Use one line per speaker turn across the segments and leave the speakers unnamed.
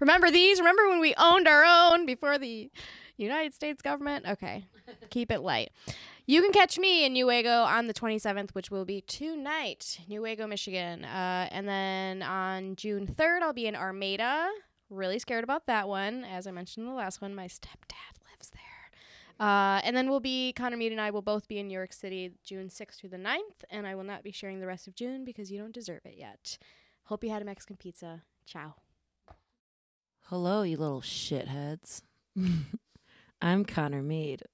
Remember these? Remember when we owned our own before the United States government? Okay, keep it light. You can catch me in Newego on the 27th, which will be tonight, Newego, Michigan. Uh, and then on June 3rd, I'll be in Armada. Really scared about that one. As I mentioned in the last one, my stepdad lives there. Uh, and then we'll be, Connor Mead and I will both be in New York City June 6th through the 9th. And I will not be sharing the rest of June because you don't deserve it yet. Hope you had a Mexican pizza. Ciao.
Hello, you little shitheads. I'm Connor Mead.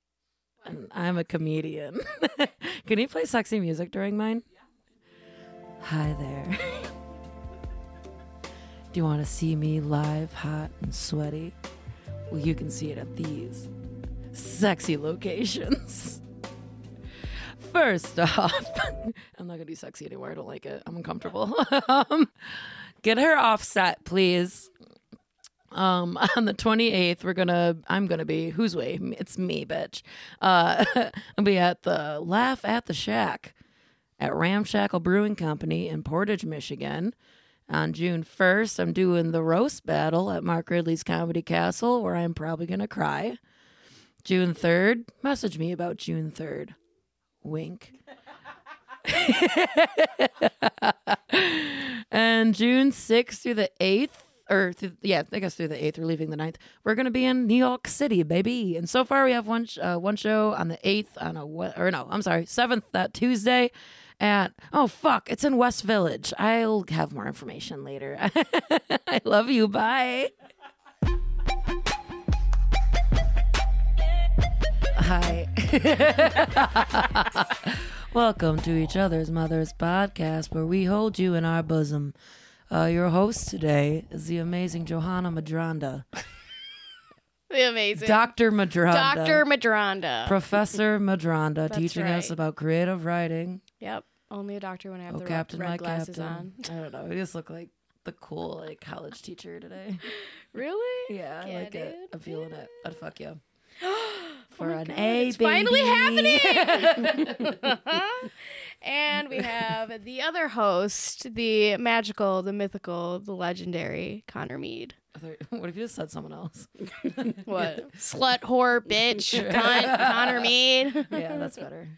And I'm a comedian. Can you play sexy music during mine? Hi there. Do you want to see me live, hot, and sweaty? Well, you can see it at these sexy locations. First off, I'm not going to do sexy anymore. I don't like it. I'm uncomfortable. um, get her offset, please um on the 28th we're gonna i'm gonna be whose way Me- it's me bitch uh i'll be at the laugh at the shack at ramshackle brewing company in portage michigan on june 1st i'm doing the roast battle at mark ridley's comedy castle where i'm probably gonna cry june 3rd message me about june 3rd wink and June 6th through the 8th, or through, yeah, I guess through the 8th, we're leaving the 9th. We're going to be in New York City, baby. And so far, we have one sh- uh, one show on the 8th, on a, we- or no, I'm sorry, 7th, that Tuesday. At, oh, fuck, it's in West Village. I'll have more information later. I love you. Bye. Hi. Welcome to each other's mother's podcast, where we hold you in our bosom. Uh, your host today is the amazing Johanna Madronda,
The amazing
Doctor Madronda,
Dr. Madronda.
Professor Madronda, teaching
right.
us about creative writing.
yep. Only a doctor when I have
Oh,
the
Captain,
red
my
glasses
Captain.
on.
I don't know. We just look like the cool like college teacher today.
Really?
Yeah, I
Yeah,
like it.
dude.
I'm feeling it. I'd fuck you. For
Oh my
an
God,
A,
it's finally
baby.
and we have the other host, the magical, the mythical, the legendary Connor Mead.
I thought- what if you just said someone else?
What? Slut, whore, bitch, cunt, Connor Mead.
yeah, that's better.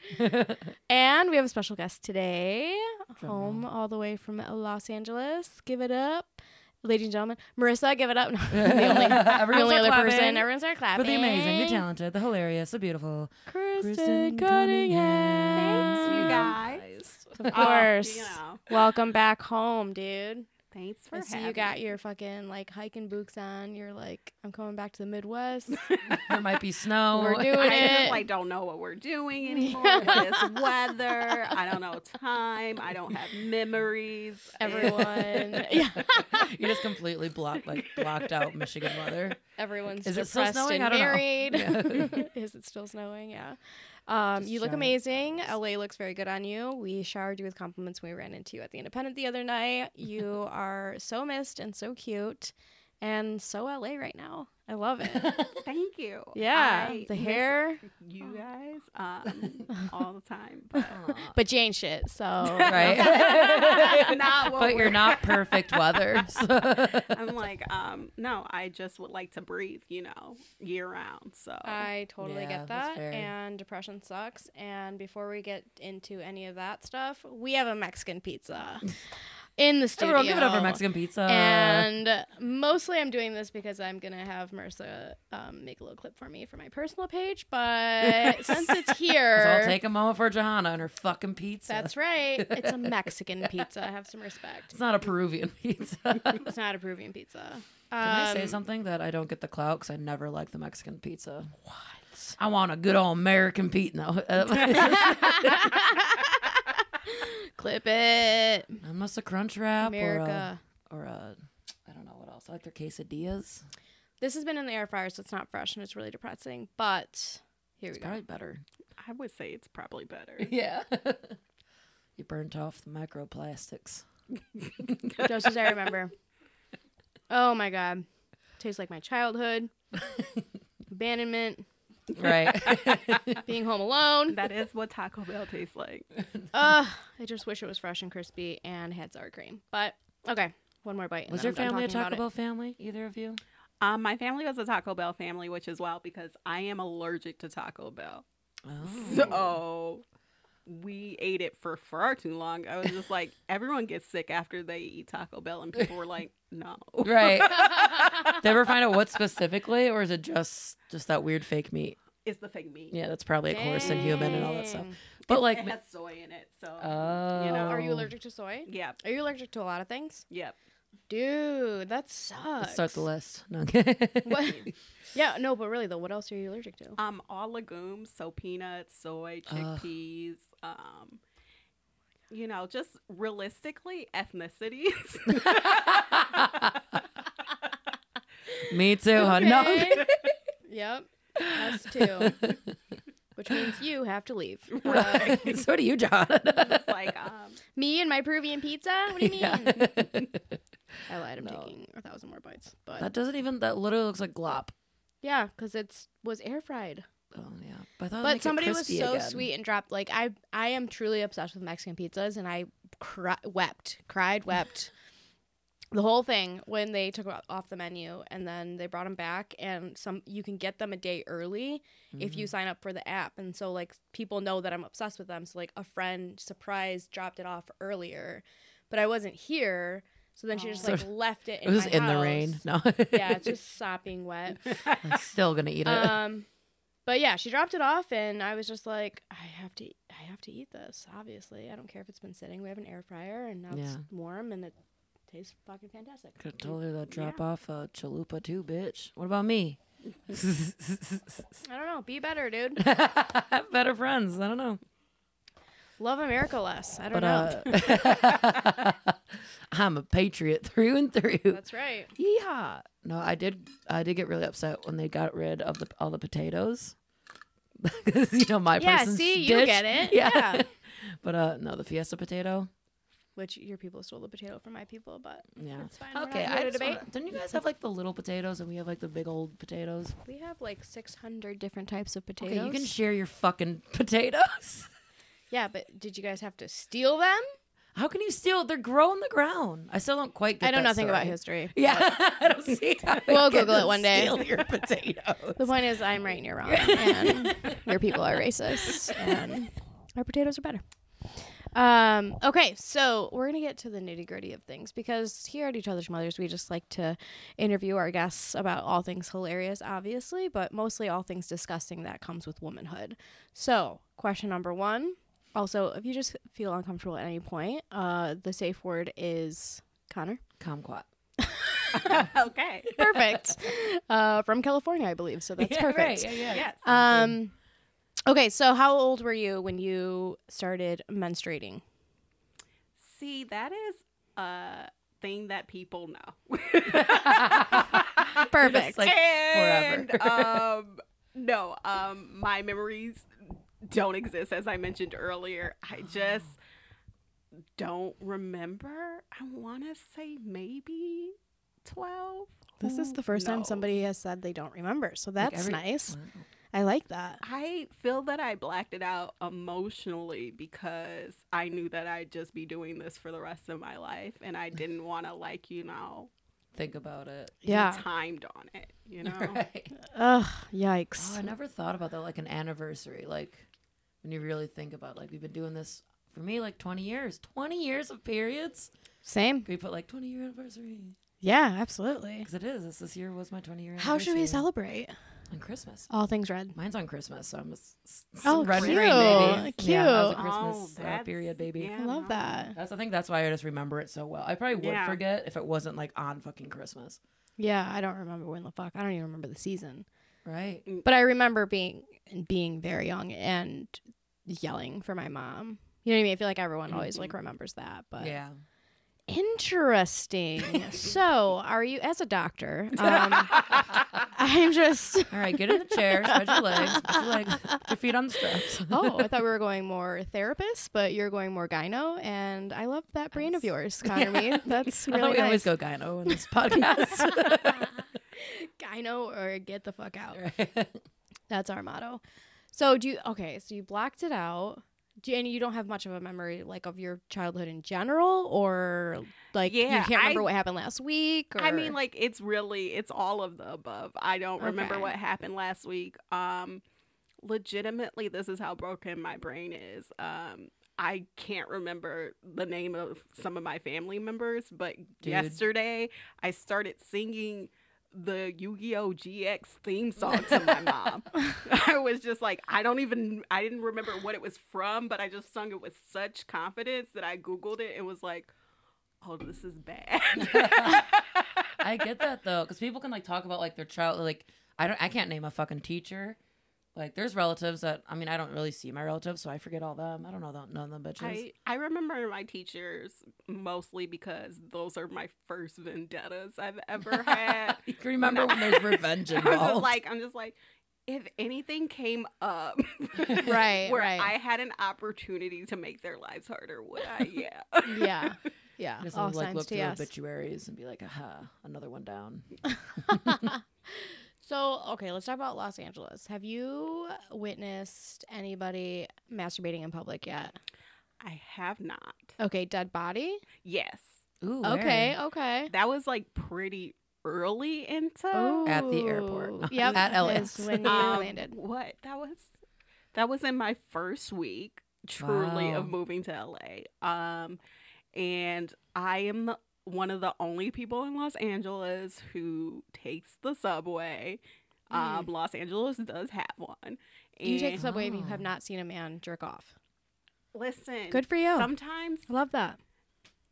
And we have a special guest today,
Drum
home all the way from Los Angeles. Give it up. Ladies and gentlemen, Marissa, give it up. No, the only, the
Everyone
only
start
other
clapping
person. Everyone start clapping.
For the amazing, the talented, the hilarious, the beautiful
Kristen Cunningham.
Thanks, you guys.
Of course.
you know.
Welcome back home, dude.
Thanks
I
for
see you got your fucking like hiking boots on. You're like, I'm coming back to the Midwest.
There might be snow.
We're doing
I
it.
just like don't know what we're doing anymore. with this weather. I don't know time. I don't have memories.
everyone, yeah,
you just completely blocked like blocked out Michigan weather.
everyone's
Is it still
depressed
snowing?
and
I don't know.
married.
Yeah.
Is it still snowing? Yeah. Um,
Just
you look
giant
amazing. LA looks very good on you. We showered you with compliments when we ran into you at the Independent the other night. You are so missed and so cute, and so LA right now. I love it.
Thank you.
Yeah,
I
the
miss
hair,
You guys, um, all the time. But
but Jane shit. So
right.
that's not what
but you're
we're-
not perfect weather. so-
I'm like, um, no, I just would like to breathe, you know, year round. So
I totally
Yeah,
get
that's
that.
fair.
And depression sucks. And before we get into any of that stuff, we have a Mexican pizza in the studio.
Everyone, give it up for Mexican pizza.
And mostly I'm doing this because I'm going to have Marissa um, make a little clip for me for my personal page. But since it's
so
here.
I'll take a moment for Johanna and her fucking pizza.
that's right. It's a Mexican pizza. Have some respect.
it's not a Peruvian pizza. Can
It's not a Peruvian pizza.
I
Um,
say something that I don't get the clout because I never like the Mexican pizza? What? I want a good old American pizza. No,
Clip it.
unless a crunch wrap
America.
or a, or a I don't know what else. I like their quesadillas.
This has been in the air fryer, so it's not fresh and it's really depressing. But here we go.
Probably better.
I would say it's probably better.
Yeah. you burnt off the microplastics.
Just as I remember. Oh my god, tastes like my childhood, abandonment,
Right.
being home alone.
That is what Taco Bell tastes like.
Ugh, I just wish it was fresh and crispy and had sour cream. But okay, One more bite. and
Was
then
your
I'm done
family a
talking about
Taco
it.
Bell family? Either of you?
Um, my family was a Taco Bell family, which is wild because I am allergic to Taco Bell.
Oh.
So we ate it for far too long. I was just like, everyone gets sick after they eat Taco Bell, and people were like, no.
Right. Did ever find out what specifically, or is it just just that weird fake meat?
It's the fake meat.
Yeah, that's probably a horse and human and all that stuff.
Dang.
But
It-
like,
it has soy in it. So,
oh,
know,
Are you allergic to soy?
yeah,
Are you allergic to a lot of things?
yeah.
Dude, that sucks.
Let's start the list. No. I'm kidding.
What? yeah, no, but really though, what else are you allergic to?
Um, all legumes, so peanuts, soy,
Ugh.
chickpeas. Um, you know, just realistically, ethnicities.
Me too, honey. No, I'm
Okay.
kidding.
yep. Us too. Which means you have to leave. Uh,
so do you, John.
It's like, um,
me and my Peruvian pizza? What do you mean?
Yeah.
I lied. I'm
No.
taking a thousand more bites. But
That doesn't even. That literally looks like glop.
yeah, because it's was air fried.
Oh yeah, but, I thought it'd make
But
it
somebody was
crispy
so
again.
sweet and dropped like I I am truly obsessed with Mexican pizzas and I cri- wept, cried, wept the whole thing when they took it off the menu and then they brought them back and some you can get them a day early if
Mm-hmm.
you sign up for the app and so like people know that I'm obsessed with them so like a friend surprise dropped it off earlier but I wasn't here so then she just
Aw.
like
So
left it
Oh. It
in
was
my
in the
house.
rain. No.
yeah it's just sopping wet
I'm still gonna eat it.
um, but yeah, she dropped it off, and I was just like, I have to, I have to eat this. Obviously, I don't care if it's been sitting. We have an air fryer, and now it's
Yeah.
warm, and it tastes fucking fantastic.
Could have told her to drop off a chalupa too, bitch. What about me?
I don't know. Be better, dude.
Better friends. I don't know.
Love America less. I don't
But
know.
uh, I'm a patriot through and through.
That's right.
Yeehaw! No, I did. I did get really upset when they got rid of the, all the potatoes. 'Cause, you know my
Yeah,
person's
see, you
dish.
get it. Yeah.
but uh, no, the fiesta potato.
Which your people stole the potato from my people, but
Yeah.
it's fine.
Okay,
Okay,
I
I
just
debate.
wanna- don't you guys have like the little potatoes and we have like the big old potatoes?
We have like six hundred different types of potatoes.
Okay, you can share your fucking potatoes.
yeah, but did you guys have to steal them?
How can you steal? They're grow in the ground. I still don't quite get.
I don't
that
know nothing about
story.
history.
Yeah, I don't see. How they
We'll
can
Google it one day.
Steal your potatoes.
The point is, I'm right and you're wrong, and your people are racist, and our potatoes are better. Um, okay, so we're gonna get to the nitty gritty of things because here at Each Other's Mothers, we just like to interview our guests about all things hilarious, obviously, but mostly all things disgusting that comes with womanhood. So, question number one. Also, if you just feel uncomfortable at any point, uh, the safe word is Connor.
Kumquat.
okay.
Perfect. uh, from California, I believe. So that's perfect.
yeah,
Yes.
Um, okay, so how old were you when you started menstruating?
See, that is a thing that people know.
Perfect.
like-
and,
forever.
um, no, um, my memories don't exist, as I mentioned earlier. I just don't remember. I want to say maybe 12.
this is the first time
knows?
somebody has said they don't remember, so that's
every-
nice. I like that.
I feel that I blacked it out emotionally because I knew that I'd just be doing this for the rest of my life and I didn't want to, like, you know,
Think about it.
Yeah.
be timed on it, you know?
Right.
Ugh,
Oh,
yikes.
I never thought about that like an anniversary. Like when you really think about like we've been doing this for me like 20 years. 20 years of periods.
Same.
Can we put like 20 year anniversary?
Yeah, absolutely.
Because it is. This, this year was my 20 year anniversary.
How should we celebrate?
On Christmas.
All things red.
Mine's on Christmas, so I'm a s- s-
Oh,
red
cute.
ring baby. Yeah, I was a
Cute.
Oh,
Christmas uh,
that's-
period baby.
yeah,
I love
no.
that.
That's I think that's why I just remember it so well. I probably would
Yeah.
forget if it wasn't like on fucking Christmas,
Yeah, I don't remember when the fuck. I don't even remember the season.
right?
But I remember being being very young and yelling for my mom. You know what I mean? I feel like everyone always like remembers that, but
yeah.
Interesting. so, are you as a doctor? Um, I'm just.
All right, get in the chair, spread your legs, put your legs, put your feet on the straps.
Oh, I thought we were going more therapist, but you're going more gyno, and I love that brain of yours, Connor. Me, that's
I thought
really
we always
nice.
go gyno in this podcast.
Gyno or get the fuck out.
Right.
That's our motto. So do you? Okay, so you blocked it out. Do you, and you don't have much of a memory like of your childhood in general, or like you
Yeah,
can't remember
I-
what happened last week. Or...
I mean, like it's really it's all of the above. I don't remember
Okay.
what happened last week. Um, legitimately, this is how broken my brain is. Um, I can't remember the name of some of my family members, but
Dude.
yesterday I started singing the Yu-Gi-Oh GX theme song to my mom. I was just like, I don't even I didn't remember what it was from, but I just sung it with such confidence that I googled it and was like, "Oh, this is bad."
I get that though, because people can like talk about like their child. Like I don't, I can't name a fucking teacher. Like there's relatives that I mean, I don't really see my relatives, so I forget all them. I don't know them, none of them bitches.
I, I remember my teachers mostly because those are my first vendettas I've ever had.
you can remember when there's revenge
I'm just
involved.
like I'm just like if anything came up
right,
where
right.
I had an opportunity to make their lives harder, would I? Yeah.
yeah, yeah.
Just
All
like
signs
look
to
through
yes.
obituaries and be like, aha, another one down.
so okay, let's talk about Los Angeles. Have you witnessed anybody masturbating in public yet?
I have not.
Okay, dead body.
Yes.
Ooh,
Okay,
where?
okay.
That was like pretty early into
At the airport.
Ooh, Yep.
At
is
LAX.
When you
um,
landed.
What? That was that was in my first week truly
Wow.
of moving to LA. Um and I am the, one of the only people in Los Angeles who takes the subway. Um Los Angeles does have one. And
Mm. You take the subway if you
Oh.
have not seen a man jerk off.
listen.
Good Oh. for you.
Sometimes
I love that.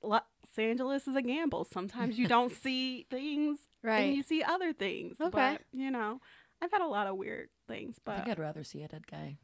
Los Angeles is a gamble. Sometimes you don't see things and you
Right.
see other things.
Okay.
But, you know, I've had a lot of weird things,
I
but
think I'd rather see a dead guy.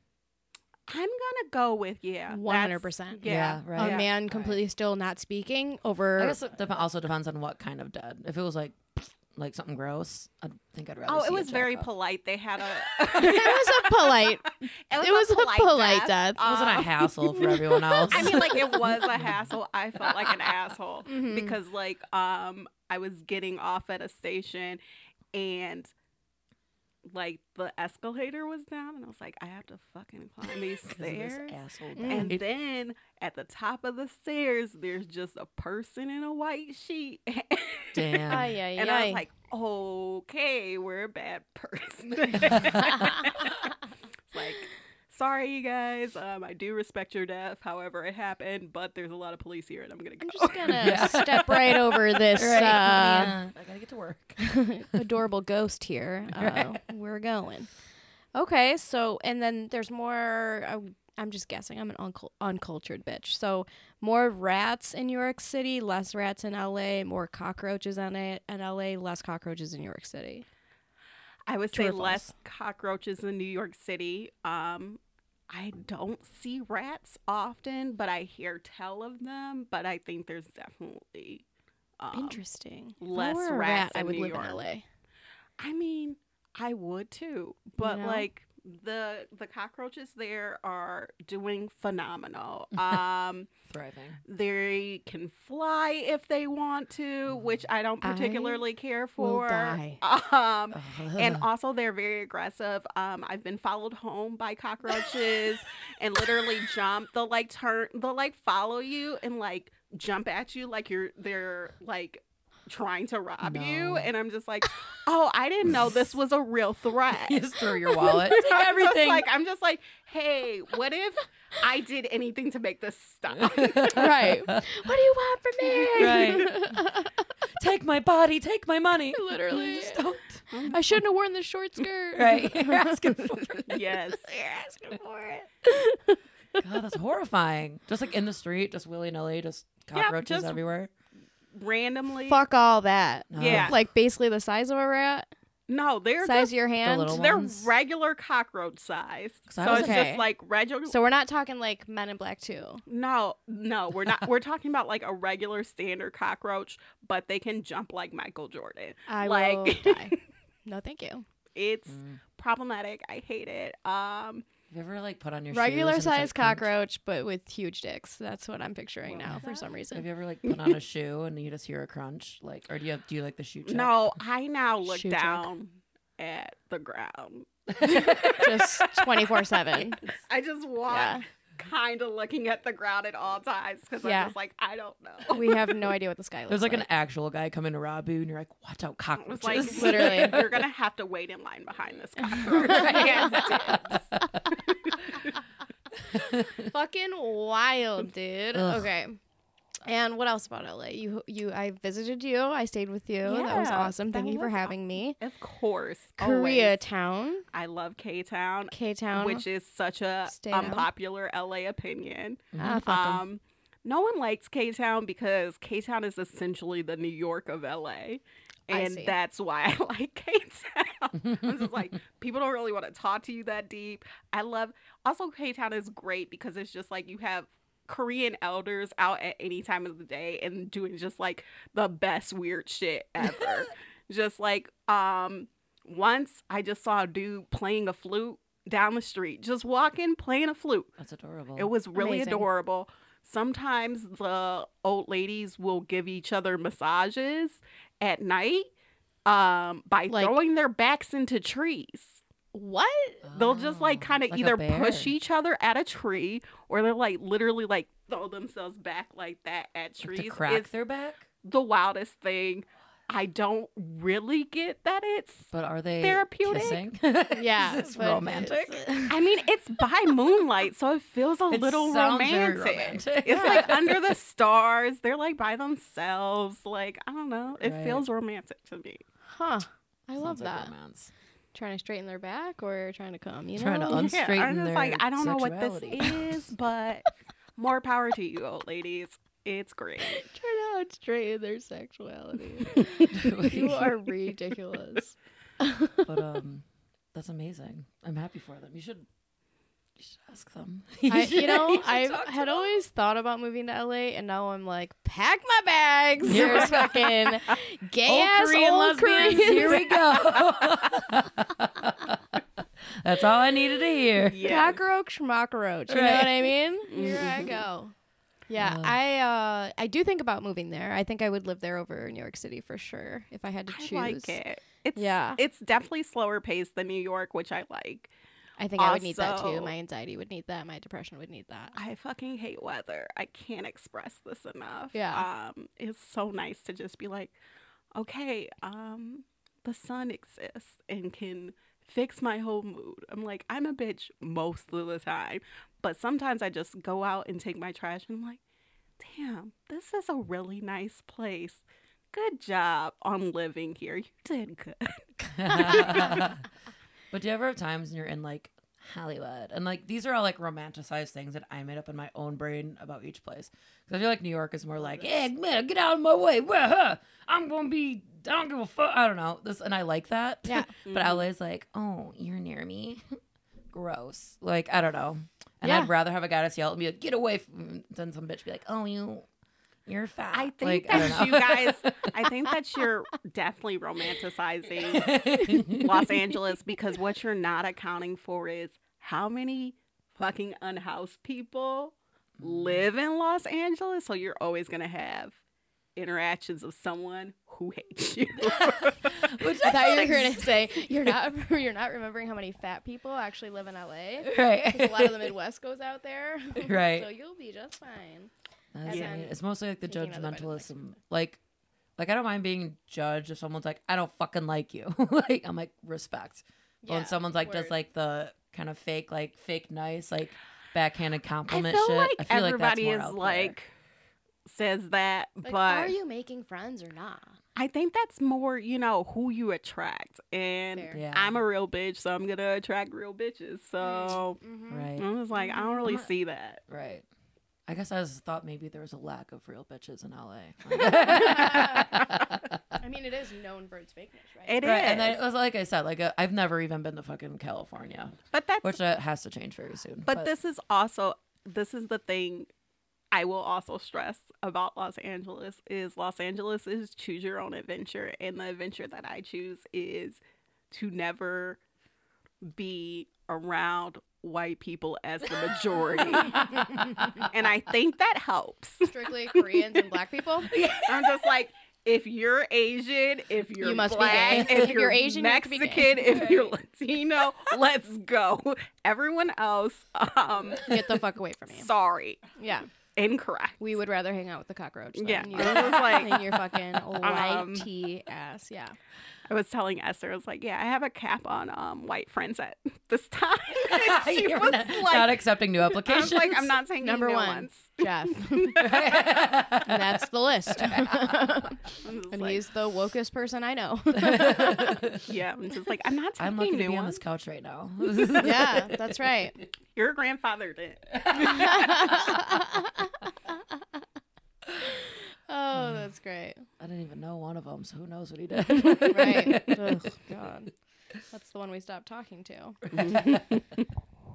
I'm gonna go with yeah, that's-
100%.
Yeah,
Yeah, right.
A
yeah.
Oh, man completely still not speaking over.
I guess it dep- also depends on what kind of dead. If it was like like something gross, I think I'd rather.
Oh,
see
it
a
was very
jack-off.
polite. They had a.
it was a polite. it was a polite death.
It wasn't a
Um,
hassle for everyone else.
I mean, like it was a hassle. I felt like an asshole
Mhm.
because, like, um, I was getting off at a station, and like the escalator was down, and I was like, I have to fucking climb these
'Cause of this
stairs.
asshole
Mm.
And
dude.
then at the top of the stairs, there's just a person in a white sheet.
Damn.
Ay, ay,
And I
ay.
was like, okay, we're a bad person. It's like, sorry, you guys. Um, I do respect your death. However, it happened, but there's a lot of police here, and I'm gonna go.
I'm just gonna
Yeah.
step right over this
Right.
uh,
Yeah. I gotta get to work.
adorable ghost here. Uh, we're going. Okay, so and then there's more. I, I'm just guessing. I'm an uncul- uncultured bitch. So more rats in New York City, less rats in LA. More cockroaches in, A- in LA, less cockroaches in New York City.
I would
True
say
or
less cockroaches in New York City. Um, I don't see rats often, but I hear tell of them. But I think there's definitely. Um,
Interesting. If I
less
were a
rats
I
in
would
New
live
York.
in LA.
I mean, I would too, but
know?
like the the cockroaches there are doing phenomenal. Um,
Thriving.
they can fly if they want to, which I don't
I
particularly care for.
die.
Um, and
Ugh.
also they're very aggressive. Um, I've been followed home by cockroaches and literally jump. They'll like turn. They'll like follow you and like jump at you like you're they're like trying to rob
No.
you. And I'm just like, oh, I didn't know this was a real threat.
you just throw your wallet. Take
I'm just
everything.
like I'm just like, hey, what if I did anything to make this stop?
Right. What do you want from me?
Right. take my body. Take my money.
Literally.
Just don't.
I shouldn't have worn the short skirt.
Right. You're asking for it.
yes.
You're asking for it.
God, that's horrifying. Just like in the street, just willy nilly, just
Yeah,
cockroaches
just-
everywhere.
Randomly.
Fuck all that.
No.
Yeah.
Like basically the size of a rat,
No, they're
size
just
of your hand.
little
They're
ones?
regular cockroach size.
'Cause
So
I was-
it's
Okay.
just like regular.
So we're not talking like Men in Black Two.
no, no, we're not. We're talking about like a regular standard cockroach, but they can jump like Michael Jordan.
I
like
will die. No, thank you.
it's
Mm.
problematic. I hate it. Um,
Have you ever like put on your shoes and
Regular
it's, like,
size
crunched?
cockroach, but with huge dicks. That's what I'm picturing now for some
Have
reason.
you ever like put on a shoe and you just hear a crunch? Like, or do you have, do you like the shoe check?
no, I now look
Shoe check.
down at the ground.
Just 24 7.
I just walk
Yeah.
kind of looking at the ground at all times because
Yeah.
I'm just like, I don't know.
We have no idea what the sky looks
There's like
like.
an actual guy coming to rob you, and you're like, watch out,
It was like,
cockroaches.
literally.
you're gonna have to wait in line behind this cockroach.
fucking wild, dude.
Ugh.
Okay. And what else about LA? You you I visited you. I stayed with you. that was
Yeah,
awesome. Thank
that
you for
was
having me.
Of course, always.
Koreatown,
I love K Town,
K Town.
which is such a
Stay down.
unpopular LA opinion.
ah, fuck 'em.
Um, no one likes K Town because K Town is essentially the New York of LA. And
see.
that's why I like K Town. I'm just like, people don't really want to talk to you that deep. I love, also, K Town is great because it's just like you have Korean elders out at any time of the day and doing just like the best weird shit ever. just like, um, once I just saw a dude playing a flute down the street, just walking, playing a flute.
That's adorable.
It was really
Amazing.
adorable. Sometimes the old ladies will give each other massages at night um, by
Like-
throwing their backs into trees.
what?
They'll just like
Oh,
kind of
like a
either
bear.
push each other at a tree or they'll like literally like throw themselves back like that at
Like
trees.
to crack
it's
their back.
the wildest thing. I don't really get that it's.
But are they
Therapeutic?
Kissing?
Yeah,
is this
but
romantic?
it's- uh,
I mean, it's by moonlight, so it feels a
It
little
sounds very
romantic.
romantic.
It's like under the stars. They're like by themselves. Like, I don't know. It
Right.
feels romantic to me.
Huh. I love
Sounds like
that.
romance.
trying to straighten their back or trying to come, you know?
Trying to un-
Yeah,
Straighten
I'm just like,
their
I don't know what
sexuality.
this is, but more power to you, old ladies. It's great.
trying to unstraighten their sexuality. you are ridiculous.
but um, that's amazing. I'm happy for them. You should, you should ask them.
I, you
should-
know,
should
I
talk to
had
them.
always thought about moving to LA, and now I'm like, pack my bags.
Yeah.
There's fucking gay
Old
ass
Korean
old
lesbians,
Koreans.
Here we go. that's all I needed to hear.
Yeah.
Cockroach, schmockroach. You know what I mean?
Mm-hmm.
Here I go. Yeah,
Uh.
I uh, I do think about moving there. I think I would live there over New York City for sure if I had to
I
choose.
like it. It's,
Yeah.
it's definitely slower paced than New York, which I like.
I think I would need that too.
Also-
My anxiety would need that. My depression would need that.
I fucking hate weather. I can't express this enough.
Yeah.
Um, it's so nice to just be like, okay, um, the sun exists and can fix my whole mood. I'm like, I'm a bitch most of the time. But sometimes I just go out and take my trash and I'm like, damn, this is a really nice place. Good job on living here. You did good.
but do you ever have times when you're in like Hollywood and like these are all like romanticized things that I made up in my own brain about each place? Because I feel like New York is more like, "Hey man, get out of my way! Wah, huh. I'm gonna be, I don't give a fuck. I don't know this," and I like that.
Yeah.
but LA's like, "Oh, you're near me." Gross. Like I don't know. And
Yeah.
I'd rather have a guy just yell at me like, "Get away!" From, than some bitch be like, "Oh, you, you're fat."
I think
like, I
that
don't
you
know.
guys, I think that you're definitely romanticizing Los Angeles because what you're not accounting for is how many fucking unhoused people
Mm.
live in Los Angeles. So you're always going to have interactions of someone who hates you.
Which
I thought you were going to say you're not you're not remembering how many fat people actually live in LA.
right.
a lot of the Midwest goes out there.
Right.
So you'll be just fine.
That's
Yeah.
amazing. It's mostly like the
Thinking other better than
judgmentalism. Like, like I don't mind being judged if someone's like, I don't fucking like you. like I'm like respect. But when
Yeah,
someone's like does
word.
like the kind of fake, like fake nice, like backhanded compliment
I feel
shit.
like
I feel like that's
everybody
more out there.
is like says that,
Like, are
but
you making friends or not?
I think that's more, you know, who you attract. And
Fair.
Yeah.
I'm a real bitch, so I'm going to attract real bitches. So
Mm-hmm.
right,
I was like, I don't really
Uh-huh.
see that.
right. I guess I just thought maybe there was a lack of real bitches in LA.
I mean, it is known for its fakeness, right?
It is,
Right, and then it was like I said, like i I've never even been to fucking California,
but that's
which uh, has to change very soon.
but this is also this is the thing I will also stress about Los Angeles is Los Angeles is choose your own adventure and the adventure that I choose is to never be around white people as the majority. and I think that helps.
Strictly Koreans and black people.
I'm just like if you're Asian, if you're
must be
black,
gay.
if, you're, Asian,
you have to be
Mexican,
gay.
if you're Latino, let's go. Everyone else, um,
Get the fuck away from me.
sorry,
Yeah.
incorrect.
We would rather hang out with the cockroach than
Yeah,
you.
I was like,
than your fucking white
um,
tea ass. Yeah.
I was telling Esther, I was like, yeah, I have a cap on um, white friends at this time. And she
You're
was
not,
like,
not accepting new
I
applications.
was like, I'm not saying
Number
no
one,
Once.
Jeff. And that's the list. and
I'm just like,
he's the wokest person I know.
yeah, I'm just like, I'm not taking
I'm lucky to
new
be on
ones.
this couch right now.
yeah, that's right.
Your grandfather did.
Oh, that's great.
I didn't even know one of them, so who knows what he did.
Right. Ugh, God. That's the one we stopped talking to.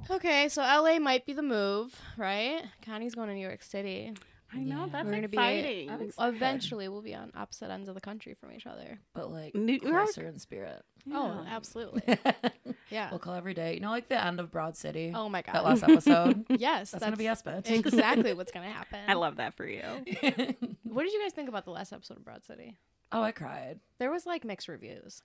okay, so LA might be the move, right? Connie's going to New York City.
I know,
Yeah.
that's
We're gonna be-
exciting.
I'm ex- Excited.
Eventually, we'll be on opposite ends of the country from each other.
But like
New York?
closer in spirit.
Oh, absolutely. Yeah.
We'll call every day. You know, like the end of Broad City.
Oh my
that
God.
last episode.
yes,
That's, gonna be us, bitch.
exactly what's going to happen.
I love that for you.
what did you guys think about the last episode of Broad City?
oh, I cried.
There was like mixed reviews.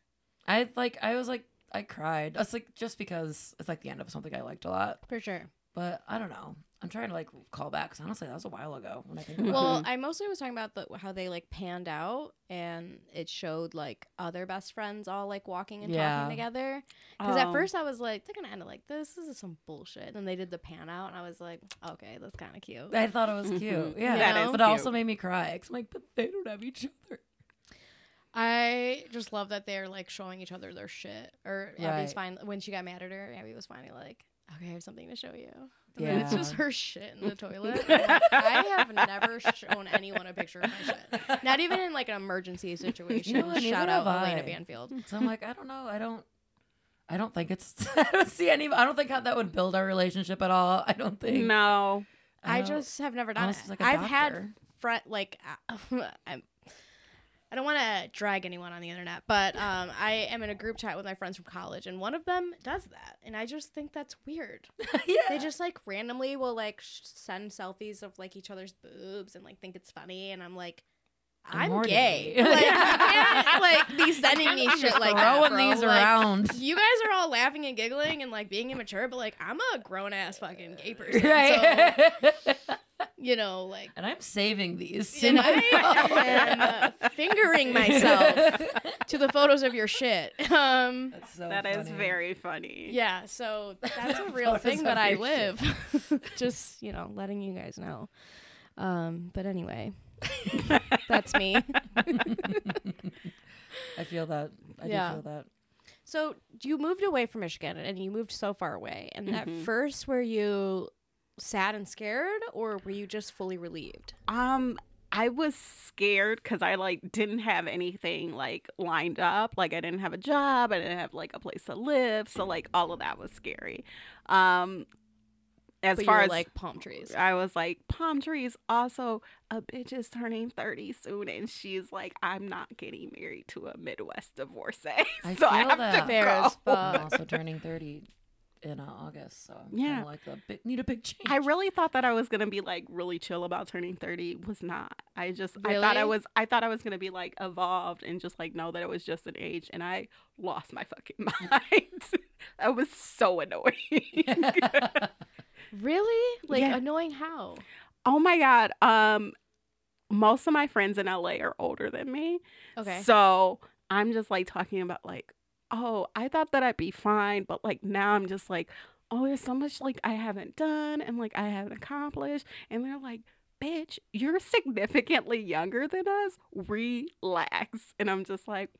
I like. I was like, I cried. That's like just because it's like the end of something I liked a lot.
For sure.
But I don't know. I'm trying to like call back because honestly, that was a while ago. When I think about
Well, I mostly was talking about the, how they like panned out and it showed like other best friends all like walking and
Yeah.
talking together. Because at
Oh.
first I was like, they're gonna end it like this. This is some bullshit. And they did the pan out, and I was like, okay, that's kind of cute.
it. I thought it was
Mhm.
cute. Yeah,
That is
but it also made me cry. Cause I'm like, but they don't have each other.
I just love that they're like showing each other their shit. Or Abby's
Right.
fine when she got mad at her. Abby was finally like, okay, I have something to show you. And
Yeah,
then it's just her shit in the toilet. I'm like, I have never shown anyone a picture of my shit. Not even in like an emergency situation.
You know what, neither
Shout out
have
Elena
I.
Banfield.
So I'm like, I don't know. I don't. I don't think it's. I don't see any. I don't think how that would build our relationship at all. I don't think.
No.
I,
don't-
just have never done it.
Almost like a
I've had
doctor.
friend like I'm. I don't want to drag anyone on the internet, but um, I am in a group chat with my friends from college, and one of them does that, and I just think that's weird.
yeah.
They just like randomly will like sh- send selfies of like each other's boobs and like think it's funny, and I'm like,
I'm
I'm
horny.
gay. Like, you can't like be sending me shit like that,
throwing
bro.
these
Like,
around.
you guys are all laughing and giggling and like being immature, but like I'm a grown ass fucking gay person, so
Right.
you know, like
and I'm saving these.
and
in my phone.
I am uh, fingering myself to the photos of your shit. Um,
That's so
that is
funny.
very funny.
yeah, so that's a real
Photos
thing that
of
I
your
live. Just you know, letting you guys know. Um, but anyway, that's me.
I feel that. I
Yeah.
do feel that.
So you moved away from Michigan, and you moved so far away. And at
Mhm.
first, were you sad and scared, or were you just fully relieved?
Um, I was scared because I like didn't have anything like lined up. Like I didn't have a job. I didn't have like a place to live. So like all of that was scary. Um, as
but you
far
were,
as
like palm trees,
I was like palm trees. Also, a bitch is turning thirty soon, and she's like, I'm not getting married to a Midwest divorcee.
I
so I
feel
have
that.
to
fair
go.
as
I'm
fuck.
also turning 30 in uh, August, so I'm
Yeah.
yeah. like a big, need a big change.
I really thought that I was gonna be like really chill about turning thirty. Was not. I just I thought I
Really?
was I thought I was gonna be like evolved and just like know that it was just an age, and I lost my fucking mind. I was so annoying.
really? Like
Yeah.
annoying? How?
oh my god. Um, most of my friends in LA are older than me.
Okay.
So I'm just like talking about like, oh, I thought that I'd be fine, but like now I'm just like, oh, there's so much like I haven't done and like I haven't accomplished. And they're like, bitch, you're significantly younger than us. Relax. And I'm just like,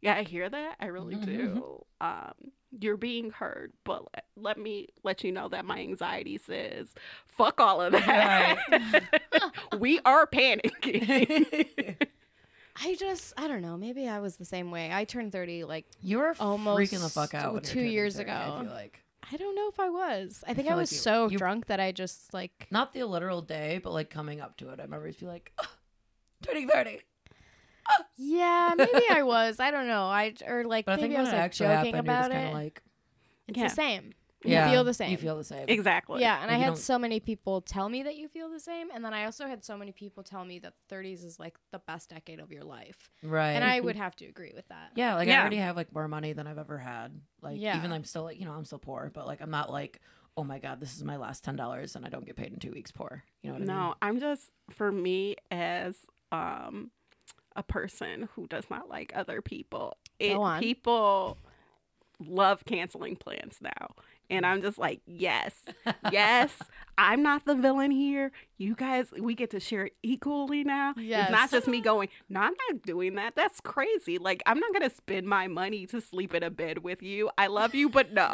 yeah, I hear that. I really
Mm-hmm.
do. Um, you're being heard, but le- let me let you know that my anxiety says, fuck all of that. we are panicking.
I just, I don't know. Maybe I was the same way. I turned 30, like,
you were
Almost
freaking the fuck out when
two
you were turning
years
30, I
ago.
feel like
I don't know if I was. I think I,
feel like
was
you-
so
you-
drunk that I just, like,
not the literal day, but like coming up to it, I remember just be like, oh, turning 30.
yeah, maybe I was. I don't know. I, or like,
But I
maybe
think
I
when
was
it
like
actually
joking
happened, you're
about
just kind
it.
of like,
it's the
Yeah.
same.
Yeah.
feel the same.
You feel the same.
Exactly.
yeah, and
Like,
I
you
had
don't-
so many people tell me that you feel the same, and then I also had so many people tell me that 30s is like the best decade of your life,
Right.
and I would have to agree with that.
Yeah, like I
Yeah.
already have like more money than I've ever had. Like
Yeah.
even I'm still like, you know, I'm still poor, but like I'm not like, oh my god, this is my last ten dollars and I don't get paid in two weeks poor. You know what I mean?
No, I'm just for me as um a person who does not like other people. It,
Go on.
people love canceling plans now. And I'm just like, yes, yes, I'm not the villain here. You guys, we get to share it equally now. It's
Yes.
not just me going, no, I'm not doing that. That's crazy. Like, I'm not going to spend my money to sleep in a bed with you. I love you, but no.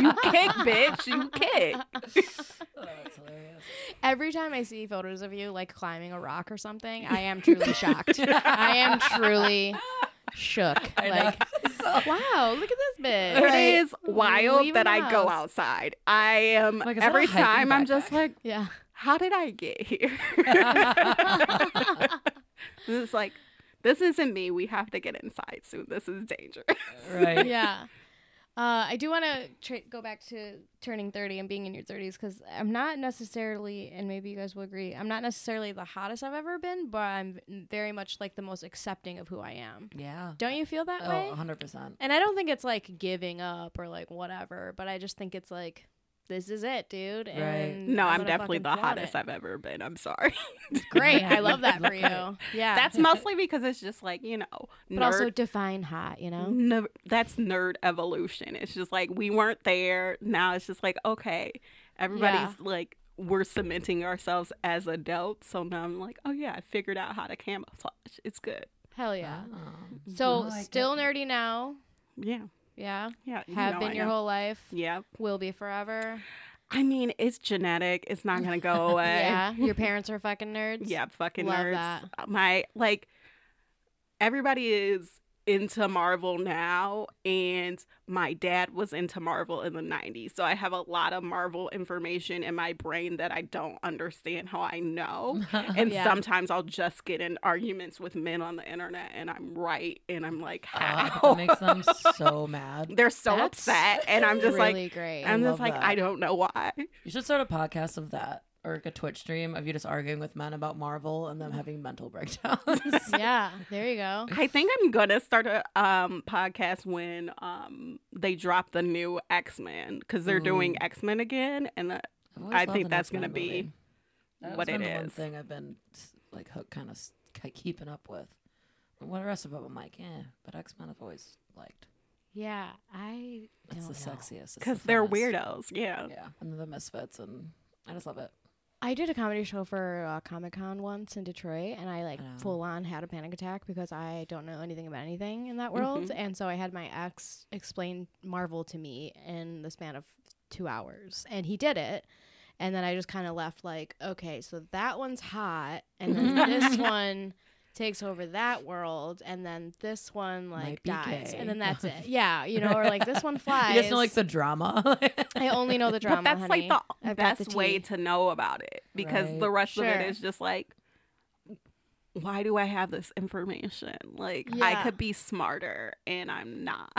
You kick, bitch. You kick.
Oh, that's hilarious.
Every time I see photos of you like climbing a rock or something, I am truly shocked. I am truly shook.
I know.
like, wow, look at this bitch.
It is
Like,
wild
leave
that
the
I go
house.
outside. I am
Like, is that a
every
hiking
time I'm just
backpack?
like,
Yeah.
how did I get here? it's like, this isn't me. We have to get inside soon. This is dangerous.
Right.
yeah. Uh, I do want to tra- go back to turning 30 and being in your 30s because I'm not necessarily, and maybe you guys will agree, I'm not necessarily the hottest I've ever been, but I'm very much like the most accepting of who I am.
Yeah.
Don't you feel that way?
Oh, hundred percent.
And I don't think it's like giving up or like whatever, but I just think it's like, this is it, dude.
Right.
And
No, I'm,
gonna
definitely
Mm, fucking
the
flaunt
hottest
it.
I've ever been. I'm sorry.
Great. I love that for you. Yeah.
That's mostly because it's just like, you know,
but
nerd.
also define hot, you know?
ner- that's nerd evolution. It's just like we weren't there. Now it's just like okay, everybody's like we're cementing ourselves as adults. So now I'm like, oh yeah, I figured out how to camouflage. It's good.
Hell yeah.
Oh.
So
I like
still nerdy now.
Yeah,
Yeah.
yeah. you
Have
know
been
I
your
am.
whole life.
Yeah,
Will be forever.
I mean it's genetic. It's not gonna go away.
Yeah. Your parents are fucking nerds.
Yeah, fucking
Love
nerds. Uh,
that.
My like everybody is into Marvel now and my dad was into Marvel in the 90s. So I have a lot of Marvel information in my brain that I don't understand how I know. And
Yeah.
sometimes I'll just get in arguments with men on the internet and I'm right and I'm like
Ah,
how?
that makes them so mad.
They're so
That's
upset and I'm just
really
like
great.
I'm
love
just like
that.
I don't know why.
You should start a podcast of that or like a Twitch stream of you just arguing with men about Marvel and them
Mm.
having mental breakdowns.
yeah. There you go.
I think I'm gonna start a um, podcast when um, they drop the new X Men because they're doing
Mm.
X Men again, and uh, that
I've always
I
loved
think
an
that's
X-Men
gonna be
movie. That's
what it
been the One
is.
thing I've been s- like hook kind of keeping up with. But what the rest of it, I'm like, eh. But X Men I've always liked.
Yeah. I don't
It's the
know.
sexiest. it's the
because they're
funnest.
weirdos. Yeah.
Yeah, and the misfits, and I just love it.
I did a comedy show for uh, Comic Con once in Detroit, and I like
Oh.
full on had a panic attack because I don't know anything about anything in that world, and so I had my ex explain Marvel to me in the span of two hours, and he did it, and then I just kind of left like, okay, so that one's hot, and then this one takes over that world, and then this one like
be
dies,
gay.
and then that's it, yeah, you know, or like this one flies.
You just know like the drama.
I only know the drama.
but that's
honey.
like the
I've got
best
the
way
tea.
to know about it because
Right.
the rest of
Sure.
it is just like, why do I have this information? Like
Yeah.
I could be smarter, and I'm not.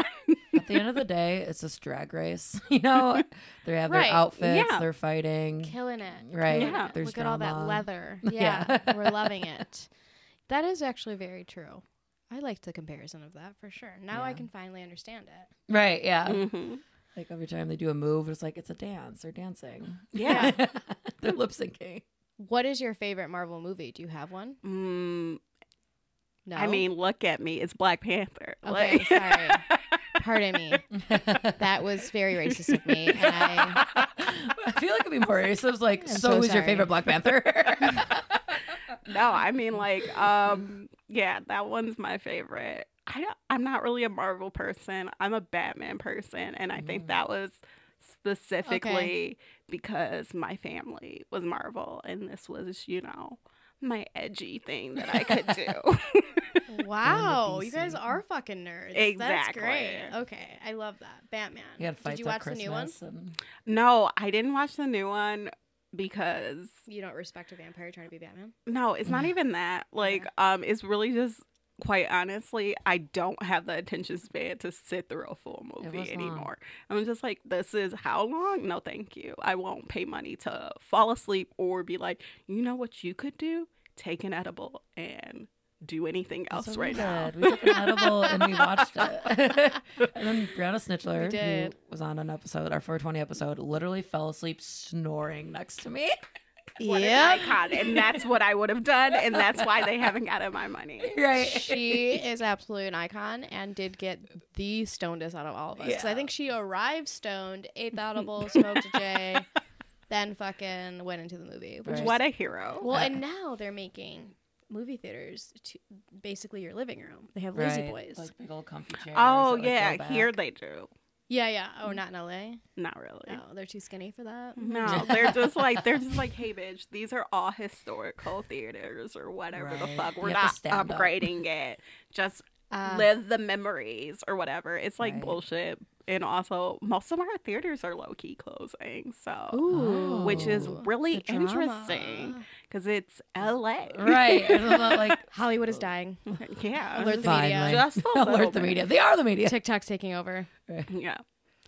At the end of the day, it's just drag race. You know, they have
Right,
their outfits,
yeah.
they're fighting.
killing it.
Mm. Right.
killing
Yeah.
it.
There's
Look at all that
drama.
leather. Yeah.
Yeah.
We're loving it. That is actually very true. I liked the comparison of that for sure. Now I
Yeah.
can finally understand it.
Right,
Uh,
yeah.
Mhm.
Like every time they do a move, it's like it's a dance. They're dancing.
Yeah.
they're lip syncing.
What is your favorite Marvel movie? Do you have one?
Mm,
No.
I mean, look at me. It's Black Panther.
okay,
Like,
sorry. Pardon me. That was very racist of me. And I,
I feel like it'd be more racist. Like,
I'm
so,
so
who's your
sorry.
favorite Black Panther?
No, I mean like um yeah, that one's my favorite. I don't, I'm not really a Marvel person. I'm a Batman person and I think that was specifically because my family was Marvel and this was, you know, my edgy thing that I could do.
wow, you guys
BC.
are fucking nerds. That's
Exactly.
great. Okay, I love that. Batman.
you had fights
Did you
at
watch the
Christmas
new one?
and-
no, I didn't watch the new one because
You don't respect a vampire trying to be Batman.
no, it's not even that. Like um it's really just quite honestly, I don't have the attention span to sit through a full
was
movie
long.
anymore. I'm just like, this is how long? No, thank you. I won't pay money to fall asleep or be like, you know what you could do? Take an edible and do anything
That's
else
what
right now.
did. We took an edible and we watched it. and then Brianna Snitchler,
We did.
who was on an episode, our 420 episode, literally fell asleep snoring next to me.
What
Yep.
an icon. And that's what I would have done. And that's why they haven't gotten my money.
Right.
she is absolutely an icon and did get the stonedest out of all of us. 'Cause I
Yeah.
think she arrived stoned, ate the edible, smoked a J, then fucking went into the movie. Which is-
What a hero.
well, and now they're making movie theaters to basically your living room. They have lazy boys.
Like big old comfy chairs.
oh,
that, like,
yeah.
go back.
Here they do.
yeah, yeah. Oh, not in LA.
Not really.
No, they're too skinny for that.
No, they're just like they're just like, hey, bitch, these are all historical theaters or whatever the
Right.
fuck.
You
We're
have to
not
stand up."
upgrading it. Just
Uh,
live the memories or whatever. It's like
Right.
bullshit. And also, most of our theaters are low key closing, so
Ooh.
which is
Oh,
really
the drama.
interesting because it's L.A.
Right. It's not like
Hollywood is dying.
yeah,
Alert the
Finally.
media.
just a little
alert the
bit.
media. They are the media.
TikTok's taking over.
Yeah,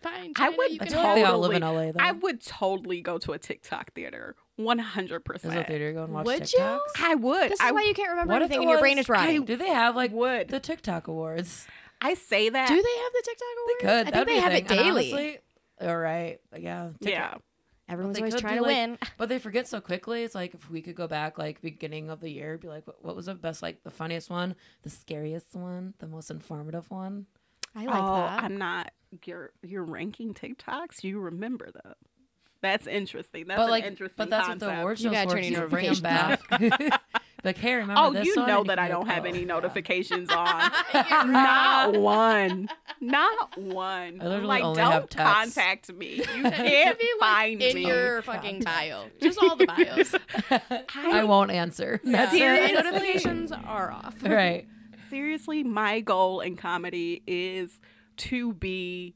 Fine.
I
China,
would
You
That's
can
why
have
they
it.
all live in LA
totally-
though.
I would totally go to a TikTok theater, one
Is
hundred
a
percent.
theater go and watch
Would you?
TikToks?
I would.
This is
I
why you can't remember
What if
anything
it
and your brain
was-
is rotting.
Do they have like
would.
the TikTok awards?
I say that.
Do they have the TikTok awards?
Could
I
that
think
would
they
be a
have it
thing. And
daily.
honestly, all right. Yeah. TikTok.
yeah.
Everyone's
They
always
could
trying
be,
to
like-
win.
But they forget so quickly. It's like if we could go back, like beginning of the year, be like, what, what was the best, like the funniest one, the scariest one, the most informative one?
I like
oh,
that.
I'm not. You're you're ranking TikToks. You remember them. That's interesting. That's
but
an
like,
interesting.
but that's
concept.
what the award
You
shows
gotta
for.
turn your
to bring them back. like, hey, remember
Oh,
this
you
one?
know
And
that
can
I
be
don't
like,
have
oh,
any
yeah.
notifications on. not one. Not one.
I literally
like,
only
don't
have texts.
contact me. You
It
can't
should be, like,
find
in
me.
your fucking bio. Just all the bios.
I won't answer. That's it.
Seriously?
Notifications are off.
Right.
Seriously, my goal in comedy is to be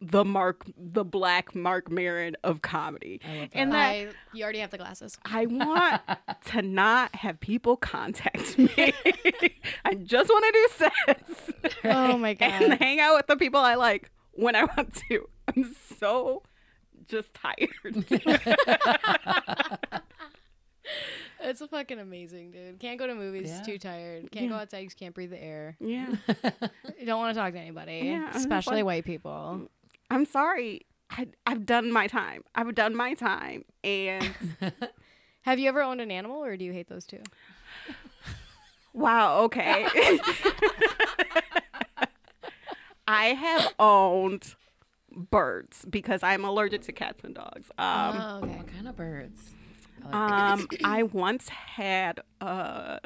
the Mark, the Black Mark Maron of comedy, and that
I, you already have the glasses.
I want to not have people contact me. I just want to do sex
Oh my
and
god.
hang out with the people I like when I want to. I'm so just tired.
It's fucking amazing, dude. Can't go to movies,
Yeah.
too tired. Can't go outside, just can't breathe the air.
yeah.
You don't want to talk to anybody,
Yeah, I'm just
especially
like-
white people.
I'm sorry. I, I've done my time. I've done my time. And
Have you ever owned an animal or do you hate those two?
wow, okay. I have owned birds because I'm allergic to cats and dogs. Um,
oh, okay.
What kind of birds? I like
Um, I once had a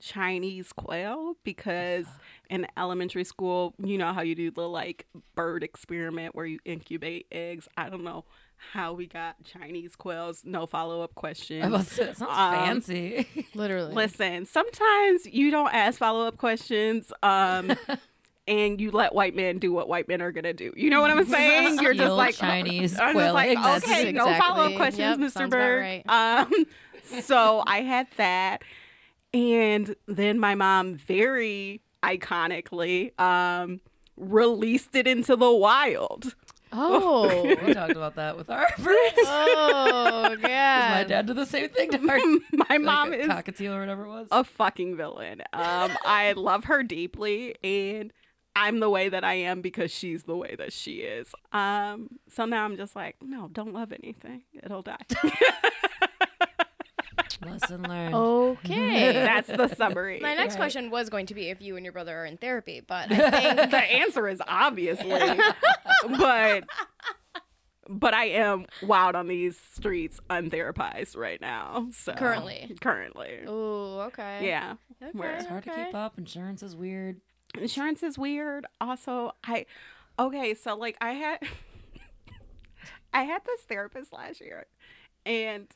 Chinese quail because in elementary school, you know how you do the like bird experiment where you incubate eggs. I don't know how we got Chinese quails. No follow up questions.
I was, it sounds
Um,
fancy.
Literally.
Listen, sometimes you don't ask follow up questions. Um. And you let white men do what white men are gonna do. You know what I'm saying? You're just
Steal
like oh,
Chinese
I'm
quail
just like,
eggs. That's
okay, no
exactly-
follow up questions,
yep,
Mr.
sounds about
Berg.
right.
Um, so I had that, and then my mom very iconically um released it into the wild.
Oh.
we talked about that with our birds.
oh god.
My dad did the same thing to our
my mom
like a
is Oh.
cockatiel or whatever it was.
a fucking villain. Um, I love her deeply, and I'm the way that I am because she's the way that she is. Um, so now I'm just like, no, don't love anything; it'll die.
Lesson learned.
Oh,
Okay.
That's the summary.
My next question was going to be if you and your brother are in therapy, but I think
the answer is obviously, but but I am wild on these streets, untherapized right now. So
Currently.
currently,
Oh, okay.
yeah.
Okay.
Where-
It's hard to keep up. Insurance is weird.
Insurance is weird. Also, I okay. So like, I had I had this therapist last year, and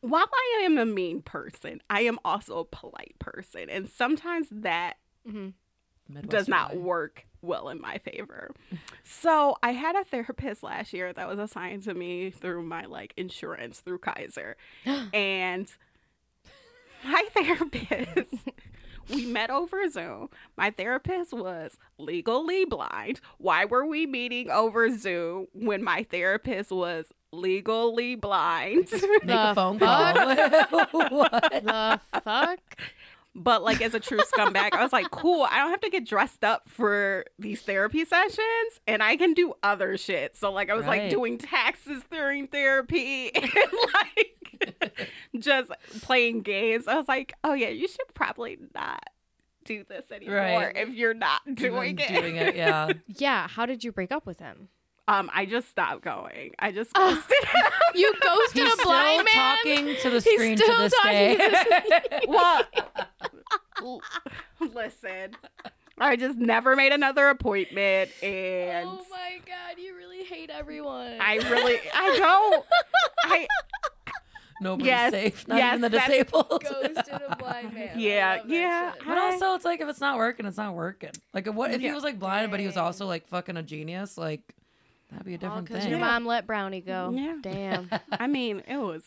while I am a mean person, I am also a polite person, and sometimes that
Mhm.
Midwest
does not
way.
work well in my favor. So I had a therapist last year that was assigned to me through my like insurance through Kaiser. and my therapist met over Zoom. My therapist was legally blind. Why were we meeting over Zoom when my therapist was legally blind?
Make
The
a phone call. What?
The fuck?
but like as a true scumbag, I was like, cool, I don't have to get dressed up for these therapy sessions and I can do other shit. So like I was
Right.
like doing taxes during therapy and like just playing games. I was like, oh yeah, you should probably not do this anymore
Right.
if you're not doing
Even
it.
Doing it, yeah.
Yeah, how did you break up with him?
Um, I just stopped going. I just
Ugh.
ghosted
You ghosted a
He's still
blind man.
talking to the
He's
screen
still
to this
talking
day.
to
Well, l- listen, I just never made another appointment, and
Oh my god, you really hate everyone.
I really, I don't, I
Nobody's
Yes,
safe, not
yes,
even the
that's-
disabled.
ghosted a blind man.
I Yeah, love that yeah. shit.
But also, it's like if it's not working, it's not working. Like, if what if he
Yeah.
was like blind, but he was
Dang.
also like fucking a genius? Like, that'd be a different
because
thing.
your mom let Brownie go.
Yeah.
Damn.
I mean, it was.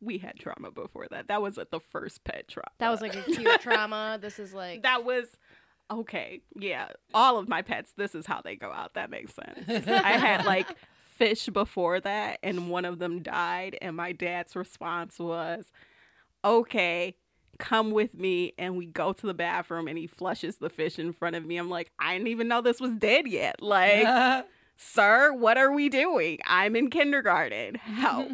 We had trauma before that. That was at the first pet trauma.
That was like a cute trauma. This is like
that was okay. Yeah, all of my pets. This is how they go out. That makes sense. I had like fish before that, and one of them died, and my dad's response was, "Okay." Come with me, and we go to the bathroom, and he flushes the fish in front of me. I'm like, I didn't even know this was dead yet. Like, sir, what are we doing? I'm in kindergarten. Help.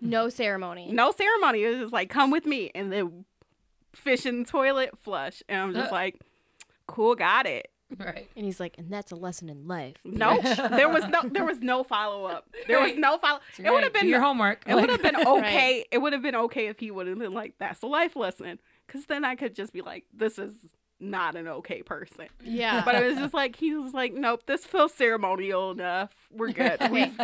no ceremony.
no ceremony. It was just like, come with me. And then fish in the toilet, flush. And I'm just like, cool, got it.
right.
And he's like, and that's a lesson in life.
No, there was no, there was no follow up. There was no follow.
So
It
you're
would have
right. Do
been,
your homework.
it would have been
Right.
okay. It would have been okay if he would have been like, that's a life lesson, because then I could just be like, this is not an okay person.
Yeah.
But it was just like he was like, nope, this feels ceremonial enough. We're good.
Okay.
We've,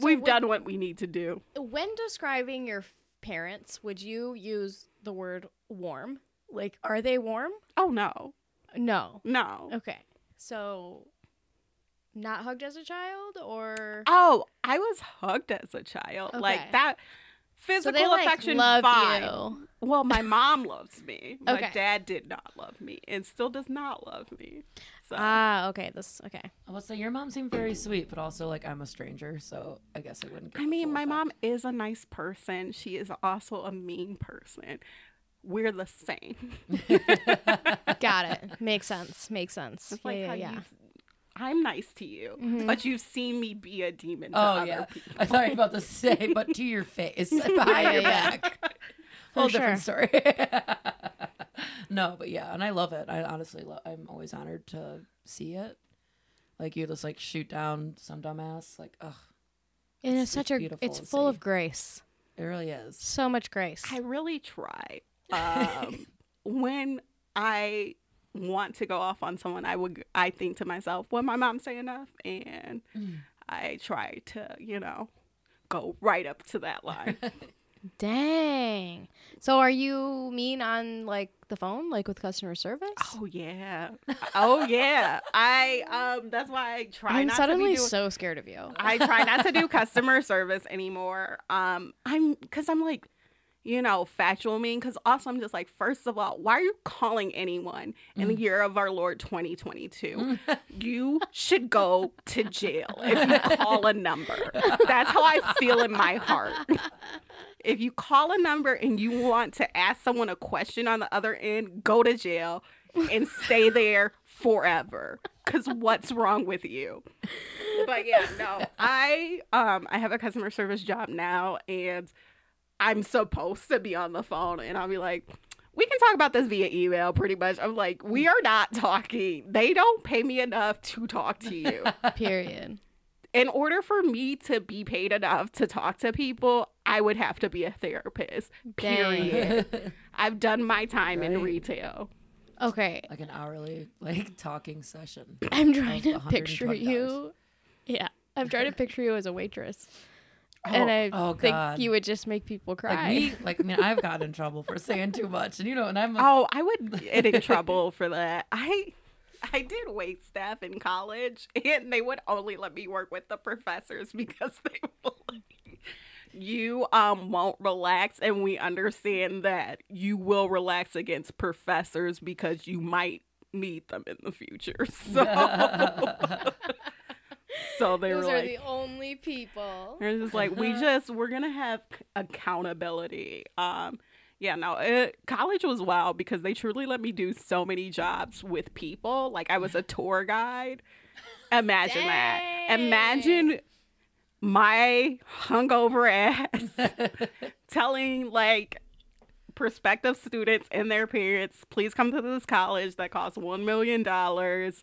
we've
what-
done what we need to do.
when describing your f- parents, would you use the word warm? Like, are they warm?
Oh no,
No.
no.
Okay. So, not hugged as a child, or
Oh, I was hugged as a child.
Okay.
Like that
so
physical
they like
affection
love
fine.
you.
Well, my mom loves me. My
Okay.
dad did not love me and still does not love me. So
Ah, okay. This okay.
I will say your mom seemed very sweet, but also like I'm a stranger, so I guess I wouldn't. Get
I
the
mean,
full
my
effect.
mom is a nice person. She is also a mean person. We're the same.
Got it. Makes sense. Makes sense.
It's like
yeah,
how
yeah. yeah.
you I'm nice to you,
Mhm.
but you've seen me be a demon to
Oh
other
yeah,
people.
I thought you were about to say, but to your face, behind your
yeah.
back. Whole
For
different story. no, but yeah, and I love it. I honestly, love, I'm always honored to see it. Like you just like shoot down some dumbass. Like, ugh,
And
It's
it's
just
such a.
beautiful
It's
to
full
see.
of grace.
it really is.
So much grace.
I really try. Um, when I want to go off on someone, I would I think to myself, "Would my mom say enough?" And
Mm.
I try to, you know, go right up to that line.
Dang. So, are you mean on like the phone, like with customer service?
oh yeah, oh yeah. I um, that's why I try
I'm
not
suddenly
to be doing.
so scared of you.
I try not to do customer service anymore. Um, I'm because I'm like, you know, factual mean. Because also I'm just like, first of all, why are you calling anyone in the year of our Lord 2022? you should go to jail if you call a number. That's how I feel in my heart. If you call a number and you want to ask someone a question on the other end, go to jail and stay there forever. Cause what's wrong with you? but yeah, no. I um I have a customer service job now and I'm supposed to be on the phone and I'll be like we can talk about this via email pretty much. I'm like, we are not talking. They don't pay me enough to talk to you.
Period.
In order for me to be paid enough to talk to people, I would have to be a therapist.
Dang.
Period. I've done my time in
Right.
retail.
Okay,
like an hourly like talking session.
I'm trying to
Of the
picture
$120.
you. Yeah, I'm trying to picture you as a waitress, and I
oh,
think
God.
you would just make people
Like
cry.
me, like I mean, I've gotten in trouble for saying too much, and you know, and I'm a
Oh, I would get in trouble for that. I I did wait staff in college and they would only let me work with the professors because they were like, you um won't relax and we understand that you will relax against professors because you might need them in the future. So So they were
Those are
like
the only people.
they're just like we just we're gonna have c- accountability. Um, yeah, no, it, college was wild because they truly let me do so many jobs with people. Like I was a tour guide. Imagine that. Imagine my hungover ass telling like prospective students and their parents, please come to this college that costs one million dollars.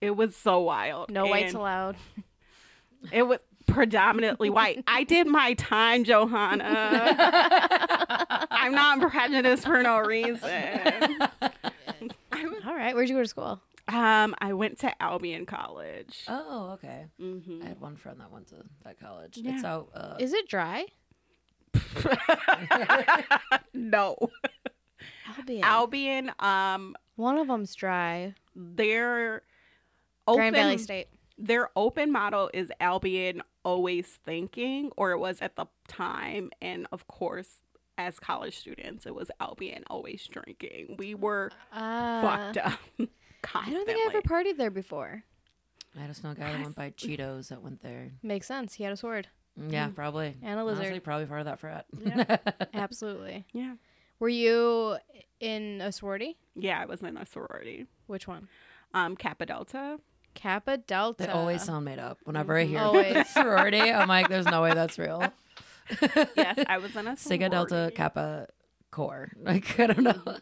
It was so wild.
No whites
And-
allowed.
it was predominantly white. I did my time, Johanna. I'm not prejudiced for no reason.
All right, where'd you go to school?
Um, I went to Albion College.
Oh, okay.
hmm
Mm-hmm.
I had one friend that went to that college. It's
Yeah.
out. Uh,
Is it dry?
No,
Albion.
Albion. Um,
One of them's dry.
their open
Grand Valley State.
their open model is Albion always thinking, or it was at the time, and of course. As college students, it was Albion always drinking. We were
Uh,
fucked up.
I don't think I ever
constantly.
partied there before.
I just know a guy that went by Cheetos that went there. Mm,
Makes sense. He had a sword
Yeah, probably.
and a lizard.
Honestly, probably part of that frat.
Absolutely.
Yeah.
Were you in a sorority?
Yeah, I was in a sorority.
Which one?
Um, Kappa Delta.
Kappa Delta.
They always sound made up. Whenever I hear
uh, Always.
sorority, I'm like, there's no way that's real.
Yes, I was in a sorority.
Sigma Delta Kappa Core. Like, I don't know.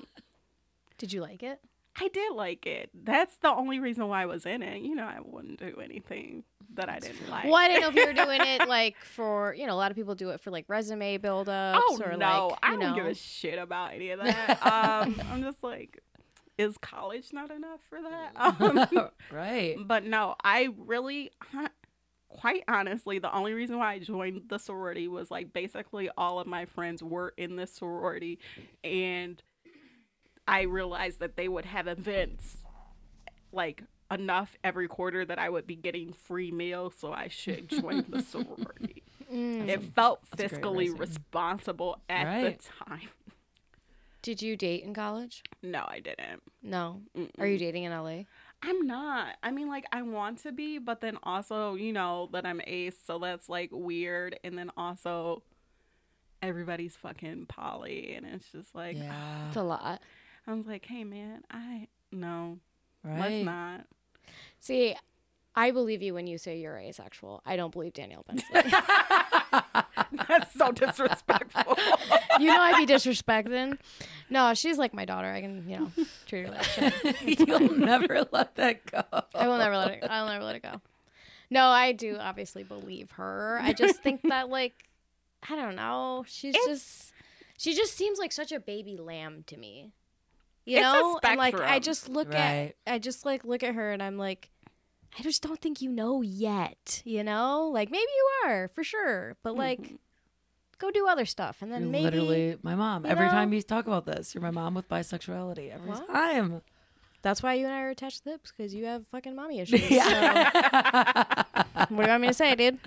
Did you like it?
I did like it. That's the only reason why I was in it. You know, I wouldn't do anything that I didn't like.
Well, I didn't know if you were doing it like for you know a lot of people do it for like resume build ups
Oh
or
no,
like
I
you
don't
know
give a shit about any of that. um, I'm just like, is college not enough for that? Um,
right.
but no, I really, quite honestly, the only reason why I joined the sorority was like basically all of my friends were in this sorority, and I realized that they would have events like enough every quarter that I would be getting free meals, so I should join the sorority.
Mm.
It felt
that's a great
fiscally
reason.
responsible at
Right.
the time.
Did you date in college?
No, I didn't.
No.
Mm-mm.
Are you dating in LA?
I'm not. I mean, like, I want to be, but then also, you know, that I'm ace, so that's like weird. And then also, everybody's fucking poly, and it's just like,
Yeah.
It's
Oh.
a lot.
I'm like, hey, man, I no,
Right.
let's not.
See, I believe you when you say you're asexual. I don't believe Danielle Bensley.
That's so disrespectful.
you know I'd be disrespecting. No, she's like my daughter. I can you know treat her like shit.
You'll never let that go.
I will never let it. I'll never let it go. No, I do obviously believe her. I just think that like I don't know. She's just she just seems like such a baby lamb to me. You
It's a
know, and like I
spectrum.
just look
Right.
at I just like look at her and I'm like I just don't think you know yet. You know, like maybe you are for sure, but
Mm-hmm.
like go do other stuff and then
You're
maybe
literally my mom.
you
Every
know?
time you talk about this, you're my mom with bisexuality. Every
Wow.
time.
that's why you and I are attached lips because you have fucking mommy issues.
Yeah.
So, what do you want me to say, dude?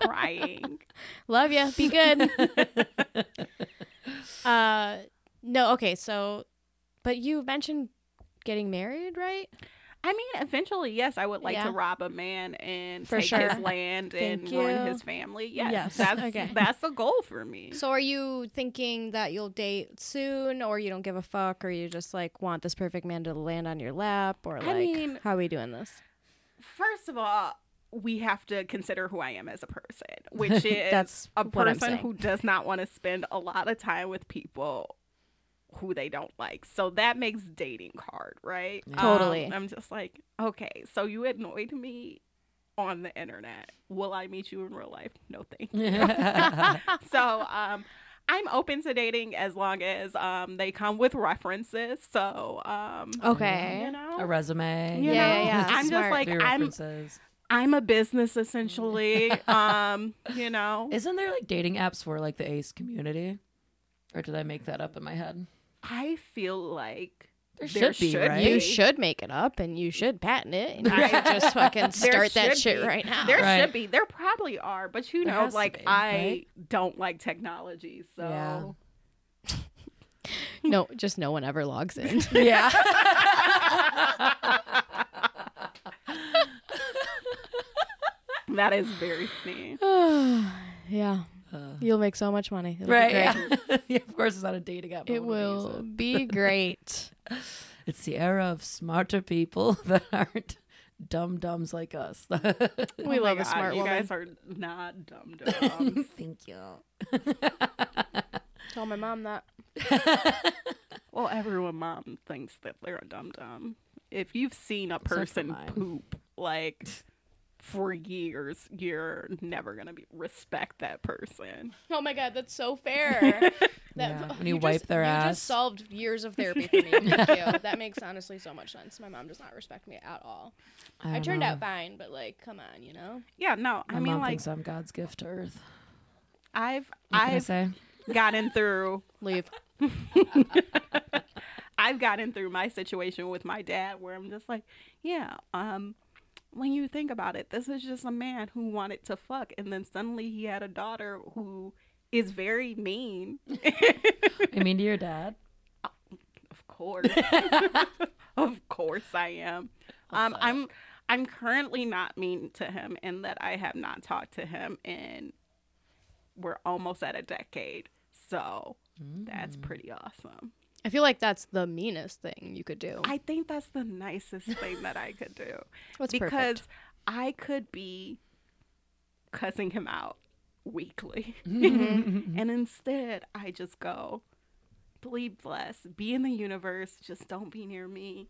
Crying.
Love you. Be good. uh, no, okay. So, but you mentioned getting married, right?
I mean, eventually, yes, I would like
Yeah.
to rob a man and
For
take
sure.
his land
Thank
and ruin
you.
his family. Yes,
Yes,
that's
okay.
that's the goal for me.
So, are you thinking that you'll date soon, or you don't give a fuck, or you just like want this perfect man to land on your lap, or
I
like
mean-
how are we doing this?
first of all, we have to consider who I am as a person, which is
That's
a
what I'm
person
saying.
who does not want to spend a lot of time with people who they don't like. So that makes dating hard, right?
Yeah.
Totally.
Um, I'm just like, okay, so you annoyed me on the internet. Will I meet you in real life? No, thank you. so, um, I'm open to dating as long as um, they come with references. So, um,
Okay.
you know,
a resume.
You
Yeah,
know,
yeah, yeah.
I'm
Smart.
just like
Three
I'm
references.
I'm a business essentially. um, you know,
Isn't there like dating apps for like the ace community? Or did I make that up in my head?
I feel like
There should
There
be,
should
right?
be.
You should make it up and you should patent it and you
I-
should just fucking
There
start that
should
shit
be.
right now.
There
Right.
should be. There probably are, but you
There
know,
has to
like
be,
I
right?
don't like technology, so
Yeah.
No, just no one ever logs in.
Yeah.
that is very funny. Oh
yeah.
Uh.
You'll make so much money. It'll be
right.
great.
Yeah. Yeah, of course, it's not a dating app. but
It
what do they use
will be great.
It's the era of smarter people that aren't dumb dumbs like us.
We
Oh my
love a
God,
smart
you
woman.
guys are not dumb dumb.
Thank you.
Tell my mom that.
well, everyone mom thinks that they're a dumb dumb. If you've seen a
for
person
mine.
poop like for years, you're never gonna be respect that person.
Oh my god, that's so fair.
Yeah, when you wipe
just,
their
you
ass.
just solved years of therapy for me. Thank you. That makes honestly so much sense. My mom does not respect me at all. I,
don't
turned
know.
out fine, but like, come on, you know.
Yeah, no,
My
I mean
mom
like
thinks I'm God's gift to Earth.
I've
What can I
I've
say?
gotten through
Leave.
I've gotten through my situation with my dad where I'm just like, yeah, um, when you think about it, this is just a man who wanted to fuck, and then suddenly he had a daughter who is very mean.
I mean, to your dad.
Of course, of course, I am. Um, I'm I'm currently not mean to him, in that I have not talked to him, and we're almost at a decade, so that's pretty awesome.
I feel like that's the meanest thing you could do.
I think that's the nicest thing that I could do.
That's
because
perfect.
I could be cussing him out weekly.
Mm-hmm.
and instead, I just go, bleed blessed, be in the universe, just don't be near me.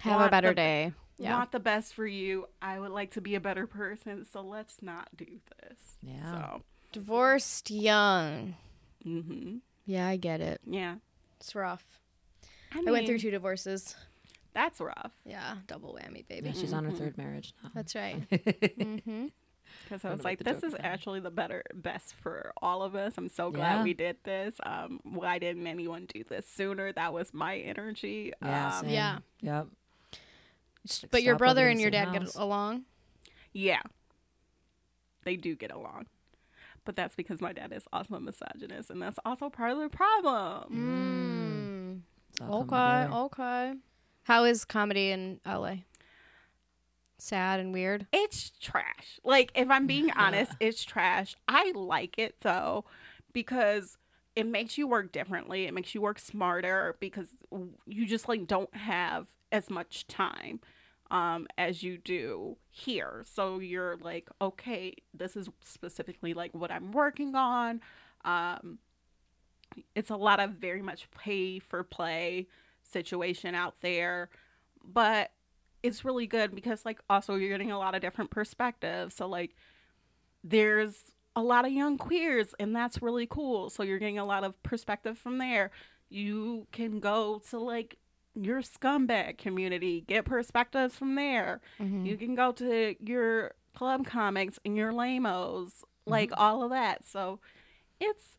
Have a
want
better
the-
day. Yeah.
Want the best for you. I would like to be a better person, so let's not do this.
Yeah.
So,
Divorced young.
hmm
Yeah, I get it.
yeah.
It's rough.
I, mean,
I went through two divorces.
That's rough
Yeah, double whammy, baby.
Yeah, she's on her third marriage now.
That's right. mm-hmm.
don't
because I was
know what
like,
the
this
joke
is
is now.
actually the better, best for all of us. I'm so glad
Yeah.
we did this. Um, why didn't anyone do this sooner? That was my energy.
Yeah.
um,
same.
yeah.
Yep.
But your
stop living
brother
in
and
the
your
same
dad get
house.
along.
Yeah. They do get along. But that's because my dad is also a misogynist, and that's also part of the
Mm.
problem.
It's all coming
Okay,
together.
okay. How is comedy in LA? Sad and weird.
It's trash. Like, if I'm being honest, it's trash. I like it though, because it makes you work differently. It makes you work smarter because you just like don't have as much time um as you do here. So you're like, okay, this is specifically like what I'm working on. Um it's a lot of very much pay for play situation out there but it's really good because like also you're getting a lot of different perspectives so like there's a lot of young queers and that's really cool so you're getting a lot of perspective from there you can go to like your scumbag community get perspectives from there
Mm-hmm.
you can go to your club comics and your lamos like all of that so it's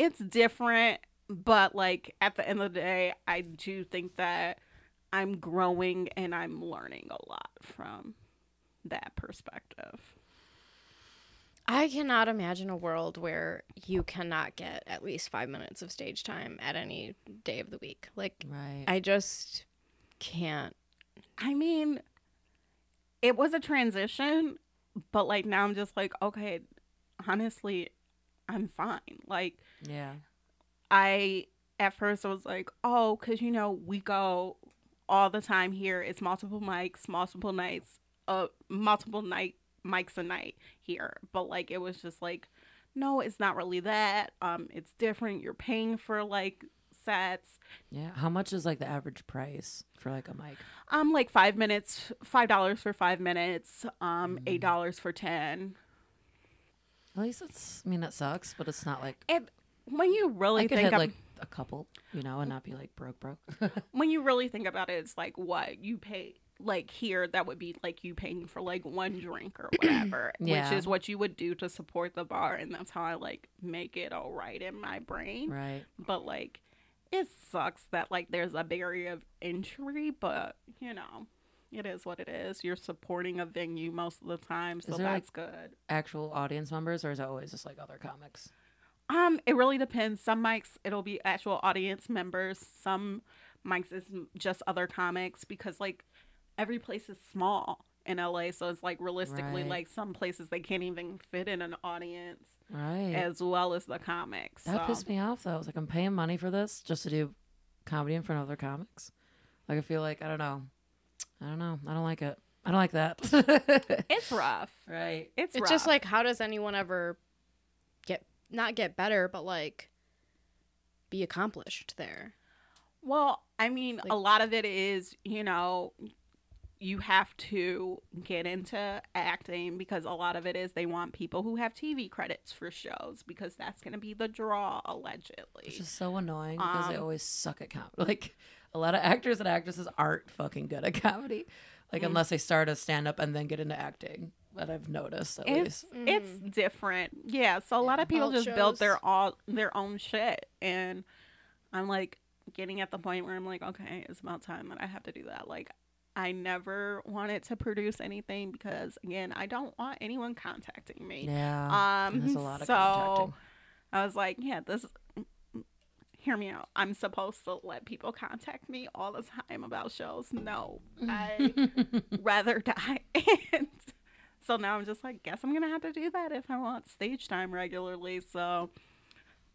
it's different but like at the end of the day i do think that i'm growing and i'm learning a lot from that perspective
I cannot imagine a world where you cannot get at least five minutes of stage time at any day of the week. Like,
Right.
I just can't.
i mean it was a transition but like now i'm just like okay honestly i'm fine like
yeah.
I at first I was like, oh, because you know we go all the time here. It's multiple mics, multiple nights, uh, multiple night mics a night here. But like it was just like, no, it's not really that. Um, it's different. You're paying for like sets.
Yeah. How much is like the average price for like a mic?
Um, like five minutes, five dollars for five minutes. Um, eight
Mm.
dollars for ten.
At least it's. I mean, that sucks, but it's not like
And when you really
I could
think
hit
ab-
like a couple, you know, and not be like broke, broke.
when you really think about it, it's like what you pay like here that would be like you paying for like one drink or whatever,
Yeah.
which is what you would do to support the bar, and that's how I like make it all right in my brain.
right.
But like, it sucks that like there's a barrier of entry, but you know, it is what it is. You're supporting a venue most of the time, so
there, like-
that's good.
Actual audience members, or is it always just like other comics?
Um, it really depends. Some mics it'll be actual audience members. Some mics is m- just other comics because like every place is small in LA, so it's like realistically
Right.
like some places they can't even fit in an audience
Right.
as well as the comics.
That
so.
pissed me off though. I was like, I'm paying money for this just to do comedy in front of other comics. Like I feel like I don't know. I don't know. I don't like it. I don't like that.
It's rough.
right.
It's,
It's just
rough.
like how does anyone ever get not get better, but like be accomplished there?
Well, I mean,
Like-
a lot of it is, you know, you have to get into acting because a lot of it is they want people who have TV credits for shows because that's going to be the draw, allegedly.
It's just so annoying because they
Um,
always suck at comedy. Like a lot of actors and actresses aren't fucking good at comedy. Like unless they start as stand up and then get into acting. That I've noticed at
It's
least.
it's
Mm.
different, yeah. So a lot of people
All
just built
shows.
their all their own shit, and I'm like getting at the point where I'm like, okay, it's about time that I have to do that. Like, I never wanted to produce anything because again, I don't want anyone contacting me.
Yeah.
Um,
there's a lot of
so
contacting.
I was like, yeah, this. Hear me out. I'm supposed to let people contact me all the time about shows. No, I rather die. and so now I'm just like, guess I'm gonna have to do that if I want stage time regularly. So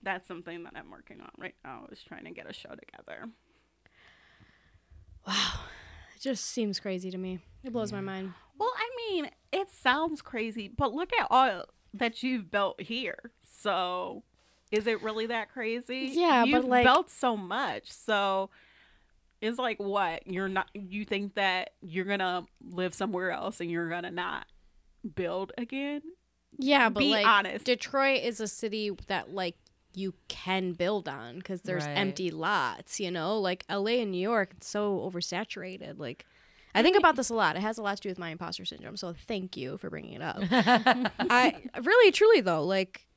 that's something that I'm working on right now. Is trying to get a show together.
It just seems crazy to me. It blows my mind.
Well, I mean, it sounds crazy, but look at all that you've built here. So, is it really that crazy?
Yeah, but,
you've
like-
built so much. So, it's like what you're not. You think that you're gonna live somewhere else and you're gonna not build again?
Yeah, but
Be
like
honest.
Detroit is a city that like you can build on because there's
Right.
empty lots. You know, like LA and New York, it's so oversaturated. Like. I think about this a lot. It has a lot to do with my imposter syndrome. So thank you for bringing it up. I really, truly though, like,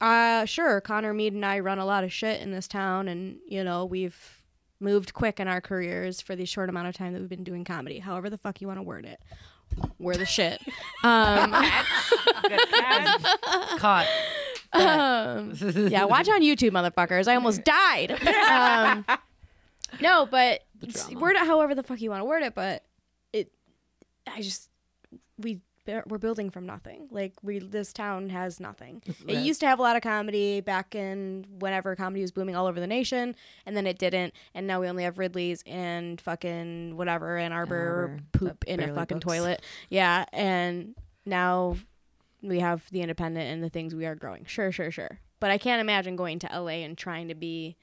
uh, sure, Connor Mead and I run a lot of shit in this town, and you know we've moved quick in our careers for the short amount of time that we've been doing comedy. However, the fuck you want to word it, we're the shit. Um,
Good God.
Caught.
um, yeah, watch on YouTube, motherfuckers. I almost died. Um, no, but s-
drama.
word it however the fuck you want to word it, but it, I just we we're building from nothing. Like we, this town has nothing. It
Right.
used to have a lot of comedy back in whenever comedy was booming all over the nation, and then it didn't, and now we only have Ridley's and fucking whatever Ann Arbor
Arbor,
poop
that
in a
barely
fucking
books.
toilet. Yeah, and now we have the independent and the things we are growing. Sure, sure, sure. But I can't imagine going to LA and trying to be,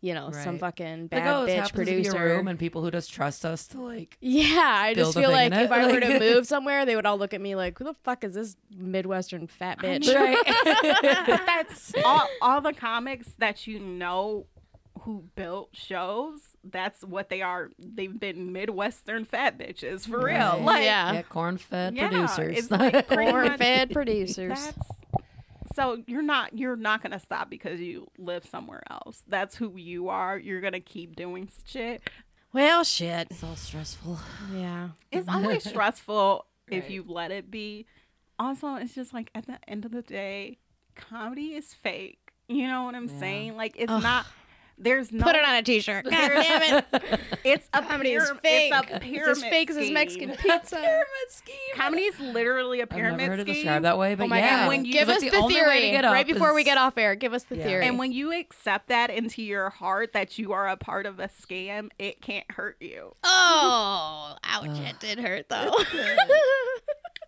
you know, some
Right.
fucking
Like,
bad
oh, this
bitch
happens to be a
producer.
room and people who just trust us to like
yeah, I
build
just
a
feel
thing
like
in it.
if I were to
Like-
move somewhere, they would all look at me like, "Who the fuck is this midwestern fat bitch?"
Right.
But that's all, all the comics that you know who built shows. That's what they are. They've been Midwestern fat bitches for
Right.
real. Like,
Yeah.
yeah, corn fed
Yeah,
producers.
it's like pretty
Corn
much-
fed producers.
That's so you're not you're not gonna stop because you live somewhere else. That's who you are. You're gonna keep doing shit.
Well, shit.
It's all stressful.
Yeah.
It's always stressful if
Right.
you let it be. Also, it's just like at the end of the day, comedy is fake. You know what I'm
Yeah.
saying? Like it's not. There's no.
Put it on a t-shirt. God damn it.
It's a
Comedy is
pyram-
fake.
It's a pyramid
as fake as
scheme.
this Mexican pizza.
Comedy is literally a
I've
pyramid
never heard it
scheme.
described that way, but
Oh my
yeah.
god!
when you-
give
Like,
us the,
only way to
theory
get
right
up
before we
is-
get off air. Give us the
Yeah.
theory.
And when you accept that into your heart that you are a part of a scam, it can't hurt you.
Oh, ouch! It did hurt though.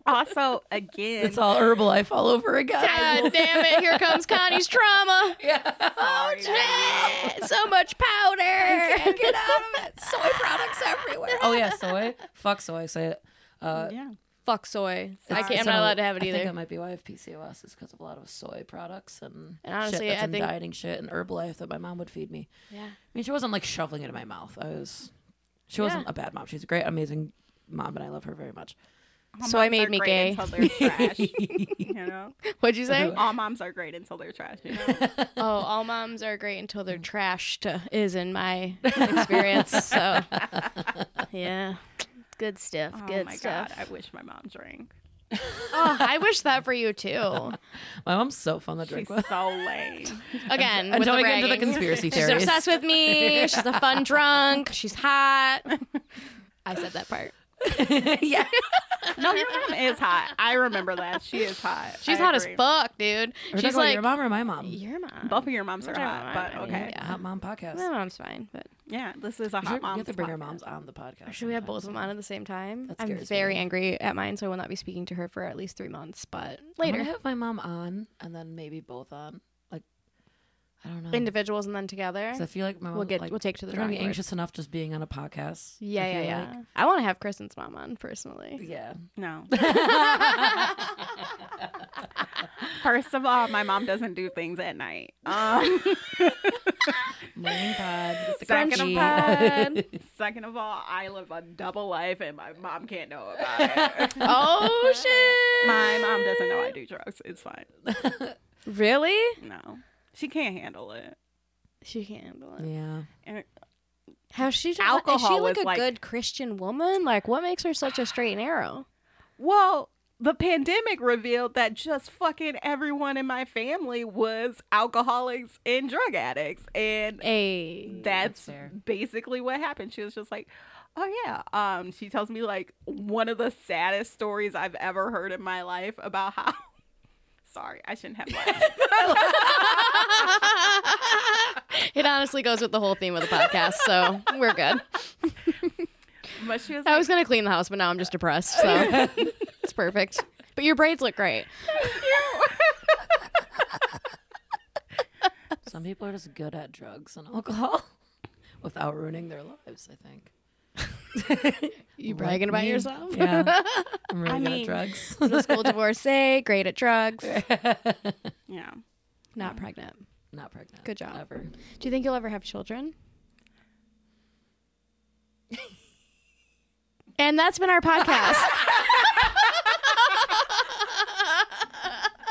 Also, again,
It's all Herbalife all over again.
God damn it! Here comes Connie's trauma. Oh,
sorry.
so much powder.
Get out of it. Soy products everywhere. Oh yeah, soy. Fuck soy. Say it. Uh,
yeah.
Fuck soy. I
it's-
can't, I'm
it's
not
all-
allowed to have it
I think
either.
that might be why I have PCOS is because of a lot of soy products and,
And honestly,
shit that's
I
in
think-
dieting shit and Herbalife that my mom would feed me.
Yeah.
I mean, she wasn't like shoveling it in my mouth. I was. She wasn't
Yeah.
a bad mom. She's a great, amazing mom, and I love her very much.
So I
moms
made
are
me
great
gay.
Until they're trash, you know.
What'd you say?
All moms are great until they're trash. You know?
oh, all moms are great until
Mm.
they're trashed, uh, is in my experience. So, yeah. Good stuff.
Oh
good
my
stuff.
god, I wish my mom drank.
Oh, I wish that for you too.
My mom's so fun to
She's
drink with.
so lame.
Again, with
Until
the
we get into the
bragging.
conspiracy
She's
theories.
obsessed with me. She's a fun drunk. She's hot. I said that part.
yeah.
no, your mom is hot. I remember that. She is hot.
She's
I
hot
agree.
as fuck, dude.
Or
She's
She's
like
your mom or my mom?
Your mom.
Both of your moms are
Whatever,
hot, but
I mean,
okay.
yeah.
Hot mom podcast.
My mom's fine, but
Yeah, this is a
We
hot
should- we
mom.
have to bring our moms on the podcast.
should we have both
sometimes.
of them on at the same time?
That
I'm
scares
very
me.
angry at mine, so I will not be speaking to her for at least three months. But
I wanna
later,
have my mom on and then maybe both on. Like, I don't know.
individuals and then together,
'Cause I feel like my mom.
we'll get
like,
we'll take to the
they're gonna
drawing
be
board.
anxious enough just being on a podcast. I
Yeah, yeah,
feel
yeah. I want to have Kristen's mom on personally. Oh,
like. Yeah.
No. First of all, my mom doesn't do things at night. Um,
Morning pod.
The
Crunch
Second
pod.
second of all, I live a double life and my mom can't know about it.
oh shit!
my mom doesn't know I do drugs. It's fine.
Really?
No. She can't handle it.
She can't handle it.
yeah.
And-
How she do- Is she
Alcohol
like
was
a
like-
good Christian woman? Like, what makes her such a straight and arrow?
Well, the pandemic revealed that just fucking everyone in my family was alcoholics and drug addicts. And
A
that's
fair.
basically what happened. She was just like, "Oh yeah." Um, she tells me like one of the saddest stories I've ever heard in my life about how. Sorry, I shouldn't have laughed.
it honestly goes with the whole theme of the podcast, so we're good.
but she was
I
like,
was gonna clean the house, but now I'm just depressed, so it's perfect. But your braids look great.
Some people are just good at drugs and alcohol without ruining their lives, I think.
You bragging about
me.
yourself?
Yeah. I'm really
I
good
mean-
at drugs.
The school divorcee, great at drugs,
"Yeah,
not pregnant.
Not pregnant.
Good job.
Ever.
Do you think you'll ever have children? and that's been our podcast.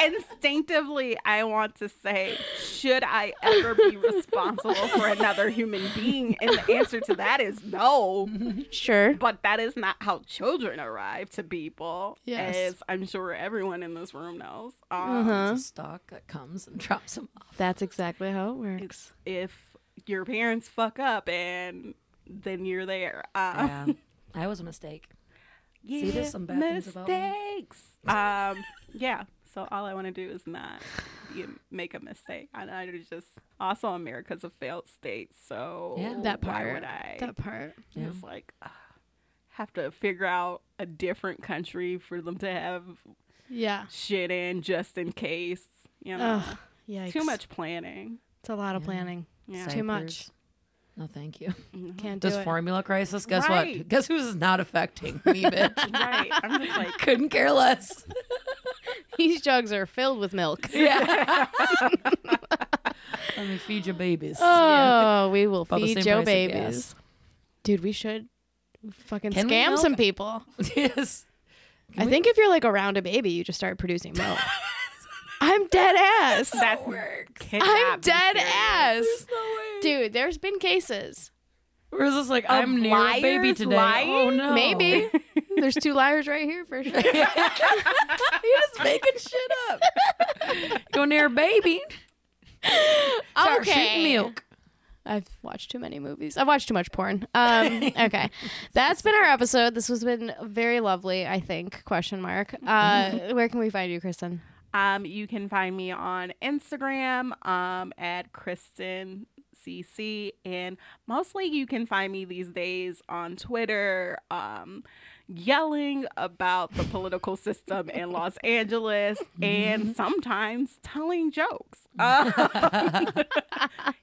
instinctively, I want to say, should I ever be responsible for another human being? And the answer to that is no.
sure.
But that is not how children arrive to people,
Yes.
as I'm sure everyone in this room knows. Um,
Uh-huh.
It's a stalk that comes and drops them off.
That's exactly how it works.
It's if your parents fuck up and then you're there. Um,
Yeah. I was a mistake. See, there's some bad things about me.
mistakes. Um, yeah. So all I want to do is not be, make a mistake. I, I was just also America's a failed state. So
Yeah.
That part.
Why would I?
That part.
Yeah.
It's like ugh, have to figure out a different country for them to have
Yeah.
shit in just in case. You know,
Ugh. Yikes.
too much planning.
It's a lot of
Yeah.
planning.
Yeah.
Too much.
Diapers. No, thank you.
Can't do
This
it.
formula crisis, guess
Right.
what? Guess who's not affecting me, bitch?
right. I'm just like.
Couldn't care less.
These jugs are filled with milk.
Yeah. Let me feed your babies.
Oh, we will
About the
feed
same
Joe
price of
babies. Dude, we should fucking
Can we
scam
milk?
some people.
yes.
I think if you're like around a baby, you just start producing milk. I'm dead ass.
That's cannot
I'm
be
dead
serious.
ass.
No way.
Dude, there's been cases.
Or is this like I'm near a baby
liars
today?
lying?
Oh no.
Maybe. There's two liars right here for sure.
You're just making shit up. Go near a baby. Start shooting milk.
I've watched too many movies. I've watched too much porn. Um, okay, that's been our episode. This has been very lovely. I think question mark. Uh, where can we find you, Kristen?
Um, you can find me on Instagram um, at Kristen CC, and mostly you can find me these days on Twitter, um, yelling about the political system in Los Angeles, and sometimes telling jokes. Um,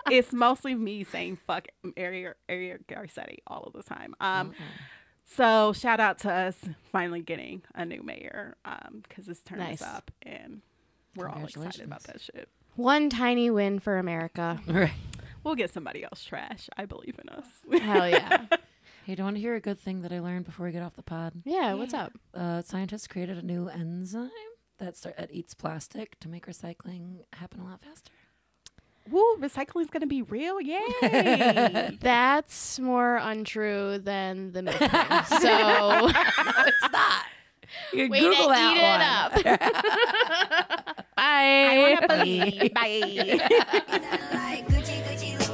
it's mostly me saying "fuck" Area Area Garcetti all of the time. Um, so shout out to us finally getting a new mayor um, because this turns
Nice.
up and we're all excited about that shit.
One tiny win for America.
Right.
We'll get somebody else trash. I believe in us.
Hell yeah!
Hey, do you want to hear a good thing that I learned before we get off the pod?
Yeah, what's up?
Uh, scientists created a new enzyme that start, that eats plastic to make recycling happen a lot faster.
Woo, recycling's gonna be real. Yay.
That's more untrue than the milk thing. So
it's not. You
way
Google
to eat
that one.
it up. Bye.
I wanna believe. Bye.
Gucci, Gucci, Gucci.